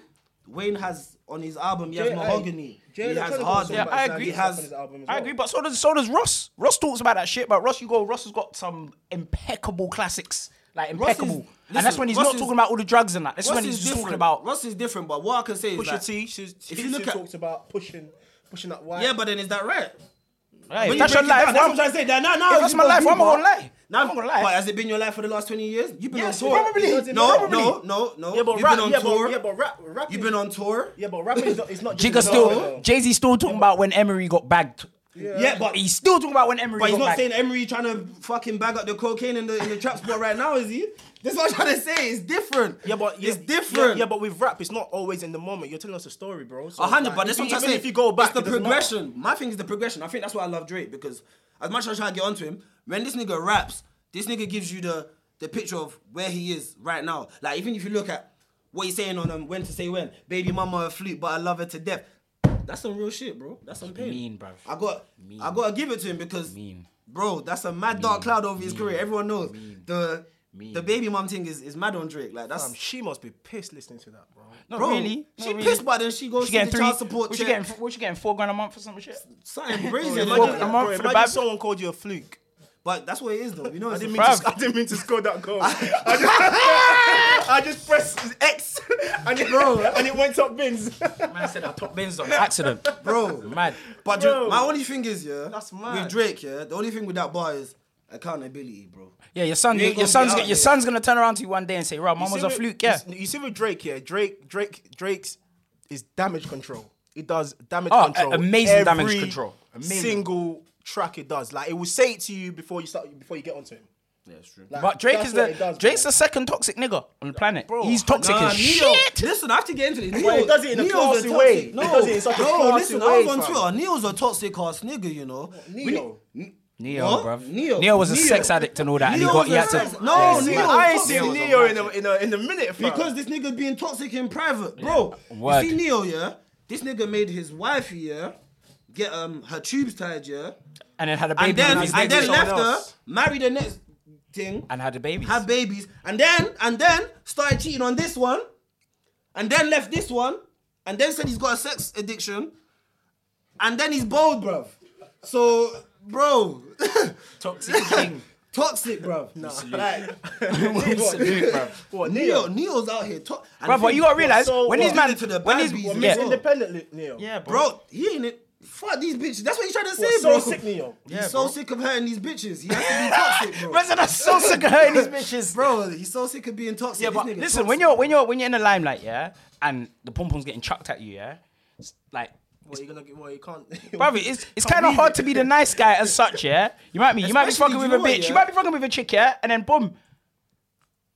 Speaker 1: Wayne has on his album he has
Speaker 5: Jay-
Speaker 1: mahogany,
Speaker 5: Jay
Speaker 1: he has
Speaker 5: Electronica
Speaker 1: hard.
Speaker 5: was on
Speaker 2: Yeah,
Speaker 5: about
Speaker 2: I
Speaker 5: his
Speaker 2: agree.
Speaker 5: Zaggy
Speaker 1: He has-
Speaker 5: stuff on his album as
Speaker 2: I
Speaker 5: well.
Speaker 2: agree, but so does so does Ross. Ross talks about that shit, but Ross, you go, Ross has got some impeccable classics, like
Speaker 1: Ross is-
Speaker 2: impeccable,
Speaker 1: listen,
Speaker 2: and that's when he's
Speaker 1: Ross
Speaker 2: not
Speaker 1: is-
Speaker 2: talking about all the drugs and that. That's
Speaker 1: Russ
Speaker 2: when
Speaker 1: is
Speaker 2: he's just
Speaker 1: different.
Speaker 2: talking about.
Speaker 1: Russ is different, but what I can say is
Speaker 5: Pusha
Speaker 1: that,
Speaker 5: T, she's,
Speaker 1: if
Speaker 5: if
Speaker 1: you look at-
Speaker 5: talked about pushing, pushing that wire.
Speaker 1: yeah, but then is that right? When
Speaker 2: Hey, if
Speaker 1: you
Speaker 2: that's
Speaker 1: break
Speaker 2: your
Speaker 1: it down,
Speaker 2: life.
Speaker 1: that's
Speaker 2: why-
Speaker 1: what I'm trying to say. That now, now
Speaker 2: If that's my life, why am I gonna lie?
Speaker 1: Now
Speaker 2: I'm gonna lie.
Speaker 1: But has it been your life for the last twenty years? You've been
Speaker 2: Yes,
Speaker 1: on tour.
Speaker 2: probably.
Speaker 1: No,
Speaker 2: Probably.
Speaker 1: no, no, no.
Speaker 5: yeah, but
Speaker 1: You've
Speaker 5: rap,
Speaker 1: been on
Speaker 5: yeah,
Speaker 1: tour.
Speaker 5: but yeah, but rap, rap.
Speaker 1: You've been on tour.
Speaker 5: yeah, but rapping is not, it's not just
Speaker 2: Jigga
Speaker 5: about-
Speaker 2: still, Jay Z still talking about when Emery got bagged
Speaker 1: Yeah,
Speaker 2: But he's still talking about when Emery.
Speaker 1: But he's
Speaker 2: got
Speaker 1: not
Speaker 2: back.
Speaker 1: saying Emery trying to fucking bag up the cocaine in the in the trap spot right now, is he? That's what I'm trying to say. It's different.
Speaker 5: Yeah, but
Speaker 1: it's
Speaker 5: yeah,
Speaker 1: different.
Speaker 5: Yeah, yeah, but with rap, it's not always in the moment. You're telling us a story, bro. So
Speaker 1: A hundred,
Speaker 5: like,
Speaker 1: but that's
Speaker 5: even-
Speaker 1: what I'm
Speaker 5: even
Speaker 1: saying.
Speaker 5: If you go back,
Speaker 1: it's
Speaker 5: it
Speaker 1: the
Speaker 5: doesn't
Speaker 1: progression. My thing is the progression. I think that's why I love Drake because as much as I try to get onto him, when this nigga raps, this nigga gives you the the picture of where he is right now. Like even if you look at what he's saying on um, when to say when, baby mama a flute, but I love her to death. That's some real shit, bro. That's some pain.
Speaker 2: Mean, bruv.
Speaker 1: I got, I gotta give it to him because,
Speaker 2: Mean.
Speaker 1: bro, that's a mad dark cloud over his career. Everyone knows the the baby mom thing is, is mad on Drake. Like that's
Speaker 5: matter. Fam, she must be pissed listening to that, bro.
Speaker 2: Not
Speaker 1: bro.
Speaker 2: really.
Speaker 1: She
Speaker 2: Not really.
Speaker 1: pissed, but then she goes to
Speaker 2: She
Speaker 1: the
Speaker 2: getting three.
Speaker 1: child support.
Speaker 2: What you
Speaker 1: check.
Speaker 2: getting? What you getting? Four grand a month for some shit.
Speaker 1: Something crazy.
Speaker 2: yeah,
Speaker 1: imagine
Speaker 2: yeah.
Speaker 1: that.
Speaker 2: A month
Speaker 5: Bro,
Speaker 2: for the
Speaker 5: imagine
Speaker 2: Bible.
Speaker 5: someone called you a fluke.
Speaker 1: But that's what it is, though. You know, it's
Speaker 5: didn't
Speaker 1: a
Speaker 5: mean to,
Speaker 2: Bruv.
Speaker 5: sc- I didn't mean to score that goal. I just, I just pressed X and it,
Speaker 1: Bro.
Speaker 5: and it went up bins.
Speaker 2: Man said I top bins on accident.
Speaker 1: bro.
Speaker 2: Mad.
Speaker 1: But ju- my only thing is, yeah,
Speaker 5: That's
Speaker 1: with
Speaker 5: mad.
Speaker 1: Drake, yeah, the only thing with that bar is accountability, bro.
Speaker 2: Yeah, your son.
Speaker 1: You ain't gonna
Speaker 2: Your
Speaker 1: be
Speaker 2: son's.
Speaker 1: out
Speaker 2: Your
Speaker 1: here.
Speaker 2: son's gonna turn around to you one day and say, "Rob, mum was a
Speaker 5: with-
Speaker 2: fluke." Yeah.
Speaker 5: You, s- you see with Drake, yeah, Drake, Drake, Drake's is damage control. It does damage
Speaker 2: Oh, a-
Speaker 5: control.
Speaker 2: amazing damage
Speaker 5: Every
Speaker 2: control. Amazing.
Speaker 5: Single track it does. Like it will say it to you before you start before you get onto him.
Speaker 1: Yeah, it's true.
Speaker 5: Like,
Speaker 2: But Drake
Speaker 5: that's
Speaker 2: is
Speaker 5: what
Speaker 2: the
Speaker 5: it does,
Speaker 2: Drake's
Speaker 5: bro.
Speaker 2: the second toxic nigga on the planet. He's toxic
Speaker 1: Nah,
Speaker 2: as
Speaker 1: Neo,
Speaker 2: shit.
Speaker 1: listen, I have to get into this.
Speaker 5: Well, he does it in a
Speaker 1: Neo's
Speaker 5: classy
Speaker 1: toxic-
Speaker 5: way. He
Speaker 1: No,
Speaker 5: does it in such a
Speaker 1: no,
Speaker 5: classy
Speaker 1: listen, I
Speaker 5: way,
Speaker 1: was on
Speaker 5: fam.
Speaker 1: Twitter. Neo's a toxic ass nigga, you know.
Speaker 5: Neo.
Speaker 2: Neo,
Speaker 1: What?
Speaker 2: bruv.
Speaker 1: Neo.
Speaker 2: Neo, was a
Speaker 1: Neo.
Speaker 2: sex addict and all that, and he
Speaker 1: Neo's
Speaker 2: got he
Speaker 1: a
Speaker 2: had
Speaker 1: sex-
Speaker 2: to.
Speaker 1: No,
Speaker 2: Yeah,
Speaker 1: Neo.
Speaker 2: yeah.
Speaker 5: I ain't
Speaker 1: Neo
Speaker 5: seen
Speaker 1: was
Speaker 5: Neo in a, in a in a minute fam.
Speaker 1: Because this nigga being toxic in private, bro.
Speaker 2: Word.
Speaker 1: You see Neo, yeah? This nigga made his wife, yeah, get um her tubes tied, yeah?
Speaker 2: and then had a baby.
Speaker 1: And then,
Speaker 2: with his
Speaker 1: and
Speaker 2: baby.
Speaker 1: then left
Speaker 5: else.
Speaker 1: her, married the next thing.
Speaker 2: and had a baby.
Speaker 1: had babies, and then and then started cheating on this one, and then left this one, and then said he's got a sex addiction, and then he's bold, bruv. So, bro,
Speaker 2: Toxic king.
Speaker 1: toxic, bruv. Nah, like,
Speaker 5: what,
Speaker 1: Neo, Neo's out here. To- and
Speaker 2: Bruv, but you gotta realize
Speaker 5: so
Speaker 2: when
Speaker 5: what?
Speaker 2: these man
Speaker 1: Into the
Speaker 2: when
Speaker 1: bad
Speaker 2: these
Speaker 1: bees,
Speaker 2: yeah.
Speaker 1: Miss
Speaker 5: He's independently Neo.
Speaker 2: yeah,
Speaker 1: bro, he ain't it. Fuck these bitches. That's what he's trying to say,
Speaker 5: What's
Speaker 1: bro.
Speaker 5: so sick Neo.
Speaker 1: He's so sick of hurting these bitches. He has to be toxic, bro.
Speaker 2: Resident are so sick of hurting these bitches.
Speaker 1: bro, he's so sick of being toxic.
Speaker 2: Yeah,
Speaker 1: This
Speaker 2: but
Speaker 1: nigga
Speaker 2: listen,
Speaker 1: toxic.
Speaker 2: when you're when you're when you're in the limelight, yeah, and the pom pom's getting chucked at you, yeah, it's like.
Speaker 5: What you gonna get? Well, you can't.
Speaker 2: Brother, it's it's kind of hard to be the nice guy as such, yeah. You might be you might be
Speaker 1: Especially, do
Speaker 2: fucking
Speaker 1: you
Speaker 2: with
Speaker 1: know
Speaker 2: a
Speaker 1: what,
Speaker 2: bitch,
Speaker 1: yeah?
Speaker 2: you might be fucking with a chick, yeah, and then boom,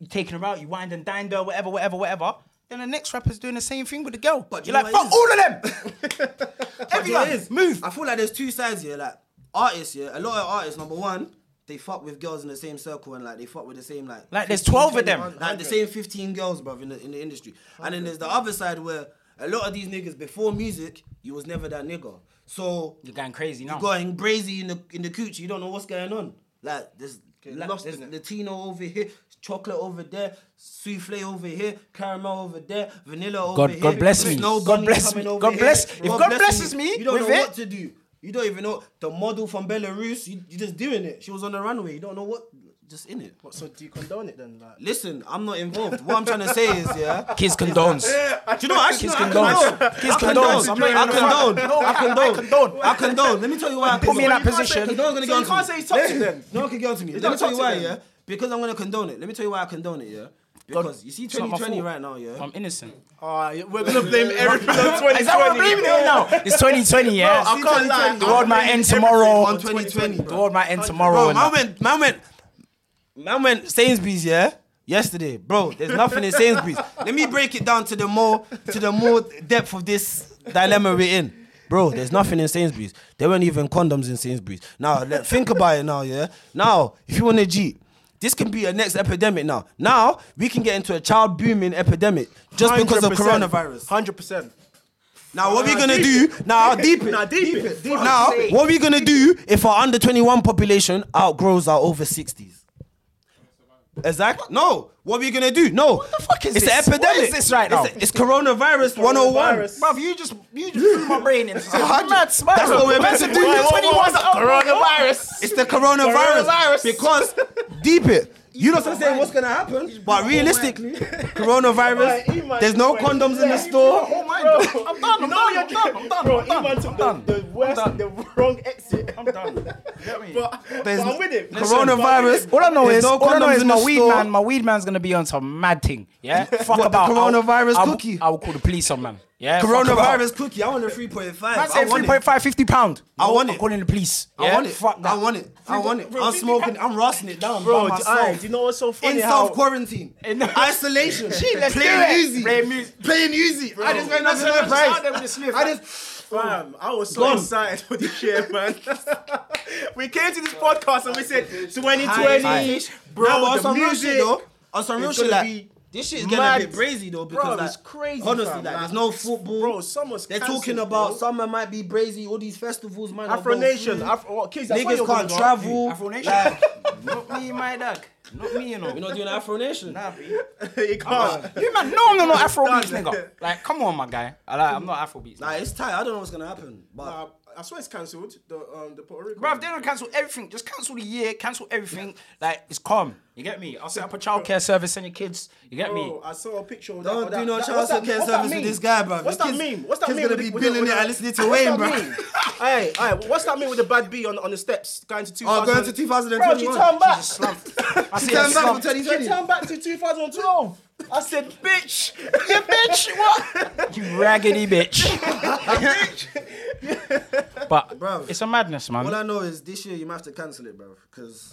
Speaker 2: you taking her out, you wind and dined her, whatever, whatever, whatever. Then the next rapper's doing the same thing with the girl.
Speaker 1: But
Speaker 2: But
Speaker 1: do
Speaker 2: you're
Speaker 1: you
Speaker 2: like,
Speaker 1: know
Speaker 2: fuck all
Speaker 1: what
Speaker 2: of them.
Speaker 1: But you know what
Speaker 2: Everyone,
Speaker 1: it is?
Speaker 2: move.
Speaker 1: I feel like there's two sides here. Like artists, yeah. A lot of artists, number one, they fuck with girls in the same circle and like they fuck with the same like
Speaker 2: Like there's twelve of them.
Speaker 1: 15, like the same 15 girls, bruv, in the in the industry. And then there's the other side where a lot of these niggas before music, you was never that nigga. So
Speaker 2: You're going crazy now.
Speaker 1: going brazy in the in the coochie, you don't know what's going on. Like there's like,
Speaker 5: lost
Speaker 1: there's
Speaker 5: in it.
Speaker 1: Latino over here, chocolate over there, souffle over here, caramel over there, vanilla over
Speaker 2: God-
Speaker 1: here.
Speaker 2: God bless
Speaker 1: there's
Speaker 2: me.
Speaker 1: no
Speaker 2: God
Speaker 1: bunny
Speaker 2: bless
Speaker 1: coming
Speaker 2: me.
Speaker 1: over
Speaker 2: God
Speaker 1: here.
Speaker 2: bless- if God blesses me
Speaker 1: you don't
Speaker 2: with
Speaker 1: know
Speaker 2: it-
Speaker 1: what to do. You don't even know the model from Belarus. You, you're just doing it. She was on the runway. You don't know what. Just in it.
Speaker 5: What, so do you condone it then? Like,
Speaker 1: Listen, I'm not involved. What I'm trying to say is, yeah.
Speaker 2: Kids condones.
Speaker 1: Do you know what? Actually,
Speaker 2: Kids
Speaker 1: no, I
Speaker 2: condones.
Speaker 1: condone.
Speaker 2: Kids
Speaker 1: I
Speaker 2: condones. I'm not
Speaker 1: I
Speaker 2: even gonna-
Speaker 1: condone. I condone. I condone. I condone. Let me tell you why. I
Speaker 2: Put me in
Speaker 1: condone.
Speaker 2: that position.
Speaker 1: Because no
Speaker 5: So
Speaker 1: one's gonna get
Speaker 5: you
Speaker 1: onto
Speaker 5: can't
Speaker 1: me.
Speaker 5: say it's toxic then?
Speaker 1: No one can get onto me. Let
Speaker 5: not
Speaker 1: me tell you
Speaker 5: toxic
Speaker 1: why, yeah.
Speaker 5: then?
Speaker 1: Because I'm gonna condone it. Let me tell you why I condone it, yeah. Because you see,
Speaker 2: It's not my
Speaker 1: 2020
Speaker 2: fault.
Speaker 1: right now, yeah.
Speaker 2: I'm innocent.
Speaker 5: ah, we're gonna blame everything on 2020.
Speaker 2: Is that what I'm blaming it on now? It's 2020, yeah.
Speaker 5: I can't lie.
Speaker 2: The world might end tomorrow.
Speaker 1: On 2020,
Speaker 2: The
Speaker 1: bro.
Speaker 2: world might end tomorrow.
Speaker 1: Bro, man
Speaker 2: and-
Speaker 1: went, man went, man went Sainsbury's, yeah, yesterday, bro. There's nothing in Sainsbury's. Let me break it down to the more to the more depth of this dilemma we're in, bro. There's nothing in Sainsbury's. There weren't even condoms in Sainsbury's. Now, let, think about it now, yeah. Now, if you want to Jeep. This can be a next epidemic now. Now we can get into a child booming epidemic just because of coronavirus.
Speaker 5: Hundred percent.
Speaker 1: Now what we
Speaker 5: Nah,
Speaker 1: gonna
Speaker 5: deep
Speaker 1: do? Now deep it.
Speaker 5: Nah, deep it. Deep
Speaker 1: Now
Speaker 5: it.
Speaker 1: what we gonna do if our under twenty one population outgrows our over sixties? Exactly. No. What we gonna do? No. What
Speaker 2: the fuck is
Speaker 1: it's
Speaker 2: this?
Speaker 1: It's an epidemic.
Speaker 2: What is this right now?
Speaker 1: It's, it's coronavirus, 101.
Speaker 5: Coronavirus.
Speaker 2: Bruv, you just you just threw my brain into something. mad smart.
Speaker 1: That's what we're meant to do.
Speaker 2: Twenty one
Speaker 1: It's the coronavirus.
Speaker 2: Coronavirus.
Speaker 1: Because deep it. You know what I'm saying? What's gonna happen? But realistically, coronavirus. There's no condoms in the store.
Speaker 2: I'm done. I'm
Speaker 5: No,
Speaker 2: done.
Speaker 5: you're done.
Speaker 2: I'm done. I'm done.
Speaker 5: Bro,
Speaker 2: I'm done.
Speaker 5: Iman
Speaker 2: I'm
Speaker 5: took
Speaker 2: done.
Speaker 5: the, the worst,
Speaker 2: done.
Speaker 5: the wrong exit.
Speaker 2: I'm done. You get me?
Speaker 5: But, but
Speaker 1: There's
Speaker 5: I'm with him.
Speaker 1: Coronavirus.
Speaker 2: All I know
Speaker 1: there's
Speaker 2: is,
Speaker 1: no
Speaker 2: all I know
Speaker 1: condoms
Speaker 2: is
Speaker 1: in
Speaker 2: my
Speaker 1: the
Speaker 2: weed
Speaker 1: store.
Speaker 2: man, my weed man's gonna be on some mad thing. Yeah, fuck
Speaker 1: What, the
Speaker 2: about I'll-
Speaker 1: coronavirus
Speaker 2: I'll-
Speaker 1: cookie?
Speaker 2: I will call the police on man. Yeah, fuck about.
Speaker 1: Coronavirus cookie. I want a 3.5.
Speaker 2: Man
Speaker 1: I
Speaker 2: said
Speaker 1: want
Speaker 2: three
Speaker 1: it.
Speaker 2: point five fifty pound.
Speaker 1: I want
Speaker 2: I'm
Speaker 1: it.
Speaker 2: calling the police.
Speaker 1: I
Speaker 2: yeah?
Speaker 1: want it.
Speaker 2: Fuck that.
Speaker 1: I want it. I want it. I'm smoking. I'm rossing it down
Speaker 5: Bro,
Speaker 1: by
Speaker 5: do,
Speaker 1: myself.
Speaker 5: aye, do you know what's so funny?
Speaker 1: in
Speaker 5: how-
Speaker 1: self quarantine,
Speaker 2: no.
Speaker 1: isolation,
Speaker 2: let's do
Speaker 1: playing
Speaker 2: it.
Speaker 1: music,
Speaker 2: Playing music.
Speaker 1: playing music. I just went up to
Speaker 2: Listen,
Speaker 1: my
Speaker 2: I'm just out there with the
Speaker 1: price.
Speaker 2: sniff.
Speaker 1: I just
Speaker 5: Fam, I was so
Speaker 1: Gone.
Speaker 5: excited for this year, man. we came to this podcast and we said 2020,
Speaker 1: Aye.
Speaker 5: bro.
Speaker 1: Nah, but on
Speaker 5: the
Speaker 1: some real
Speaker 5: music,
Speaker 1: shit though. On some real
Speaker 5: is
Speaker 1: shit,
Speaker 5: gonna
Speaker 1: like
Speaker 5: be
Speaker 1: this shit is getting
Speaker 5: mad.
Speaker 1: a bit crazy though because
Speaker 5: bro,
Speaker 1: like,
Speaker 5: it's crazy.
Speaker 1: honestly,
Speaker 5: fam.
Speaker 1: like, there's no football.
Speaker 5: Bro, summer's
Speaker 1: they're
Speaker 5: cancelled,
Speaker 1: talking about
Speaker 5: bro.
Speaker 1: summer might be crazy. All these festivals, man. are
Speaker 5: Afro
Speaker 1: going
Speaker 5: Nation,
Speaker 1: through.
Speaker 5: Afro what, kids. That's where
Speaker 1: Niggas
Speaker 5: you're gonna
Speaker 1: can't
Speaker 5: go.
Speaker 1: travel.
Speaker 2: Afro Nation.
Speaker 1: Like,
Speaker 2: Not me, my dog. Not me, you know.
Speaker 1: we're not doing Afro Nation.
Speaker 5: you can't.
Speaker 2: You man, no, I'm not Afrobeats, nigga. Like, come on, my guy. I like, I'm not Afrobeats.
Speaker 1: Like it's tight. I don't know what's gonna happen, but.
Speaker 3: Uh, I swear it's cancelled. The um the Puerto Rico.
Speaker 2: Bro, if they don't cancel everything, just cancel the year, cancel everything. Like, it's calm. You get me? I'll set up a childcare service and your kids. You get me?
Speaker 5: Oh,
Speaker 3: Bro, I saw a picture. Of
Speaker 1: Don't
Speaker 3: that, of
Speaker 1: do
Speaker 3: that,
Speaker 1: no
Speaker 3: that-
Speaker 1: child
Speaker 3: what's that-
Speaker 1: care
Speaker 5: what's that
Speaker 1: service
Speaker 5: mean?
Speaker 1: with this guy, bro.
Speaker 5: What's
Speaker 1: The
Speaker 5: that
Speaker 1: kid's-
Speaker 5: mean? What's that
Speaker 1: kid's
Speaker 5: mean?
Speaker 1: gonna
Speaker 5: with
Speaker 1: be
Speaker 5: the- with
Speaker 1: billing
Speaker 5: the-
Speaker 1: it
Speaker 5: with
Speaker 1: and
Speaker 5: the-
Speaker 1: listening to
Speaker 5: what's that
Speaker 1: Wayne, bro.
Speaker 5: mean? Aye, aye. What's that mean with the bad B on, on the steps going to 2000?
Speaker 1: Oh, going to
Speaker 5: Bro, she
Speaker 1: 2021.
Speaker 5: turned back.
Speaker 2: Just slumped. I
Speaker 1: She
Speaker 2: see
Speaker 1: turned back from
Speaker 2: a slump.
Speaker 1: 2020.
Speaker 5: She turned back to 2012. I said, bitch.
Speaker 2: You bitch, what? You raggedy bitch. but
Speaker 1: Bruv.
Speaker 2: it's a madness, man.
Speaker 1: All I know is this year you might have to cancel it, bro, because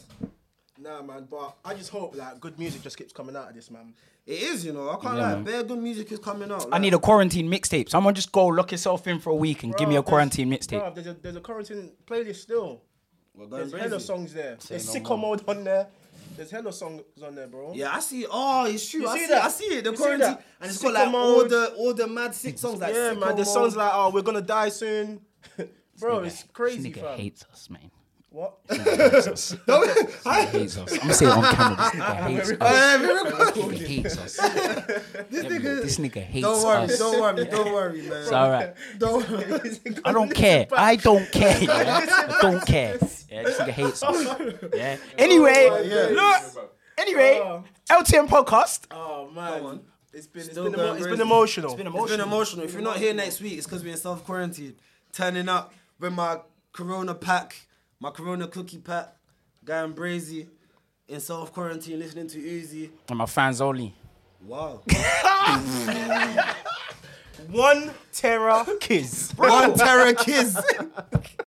Speaker 3: Nah, man. But I just hope like good music just keeps coming out of this, man.
Speaker 1: it is, you know. I can't lie. Bare good music is coming out.
Speaker 2: I need a quarantine mixtape. Someone just go lock yourself in for a week and give me a
Speaker 3: Bro, there's-
Speaker 2: quarantine mixtape.
Speaker 3: Bro, there's a there's a quarantine playlist still.
Speaker 1: We're going
Speaker 3: There's hella
Speaker 1: crazy.
Speaker 3: songs there.
Speaker 5: There's sicko mode on there.
Speaker 3: There's hella songs on there, bro.
Speaker 1: Yeah, I see. Oh, it's true.
Speaker 3: You
Speaker 1: I
Speaker 3: see
Speaker 1: see.
Speaker 3: that?
Speaker 1: I see it. The
Speaker 3: You see
Speaker 1: quarantine,
Speaker 3: that?
Speaker 1: and it's got like
Speaker 3: Sicko
Speaker 1: all
Speaker 3: mode.
Speaker 1: the all the mad sick songs like
Speaker 3: Yeah,
Speaker 1: Sicko
Speaker 3: man. The
Speaker 1: mode.
Speaker 3: songs like oh we're gonna die soon. bro,
Speaker 2: Nigga,
Speaker 3: it's crazy,
Speaker 2: This nigga
Speaker 3: fam.
Speaker 2: hates us, man.
Speaker 3: What?
Speaker 2: hates us. hates us. I'm gonna say it on camera. This nigga hates us. This nigga hates us. this, nigga, this nigga hates
Speaker 1: Don't worry,
Speaker 2: us.
Speaker 1: don't worry, don't worry, man.
Speaker 2: It's all right.
Speaker 1: Don't worry.
Speaker 2: I don't care. I don't care. yeah. I don't care. Yeah, this nigga hates us. Yeah.
Speaker 1: Oh
Speaker 2: Anyway, look. Anyway,
Speaker 1: Um,
Speaker 2: LTM podcast.
Speaker 3: Oh man, it's been it's
Speaker 1: Still
Speaker 3: been,
Speaker 1: going
Speaker 3: emo- it's been
Speaker 1: crazy.
Speaker 3: emotional.
Speaker 1: It's been emotional. If you're not here next week, it's because we're in self quarantine. Turning up with my Corona pack, my Corona cookie pack, Guy and Brazy in self quarantine listening to Uzi.
Speaker 2: And my fans only.
Speaker 1: Wow.
Speaker 5: One Terra Kiss.
Speaker 1: One terror kiss.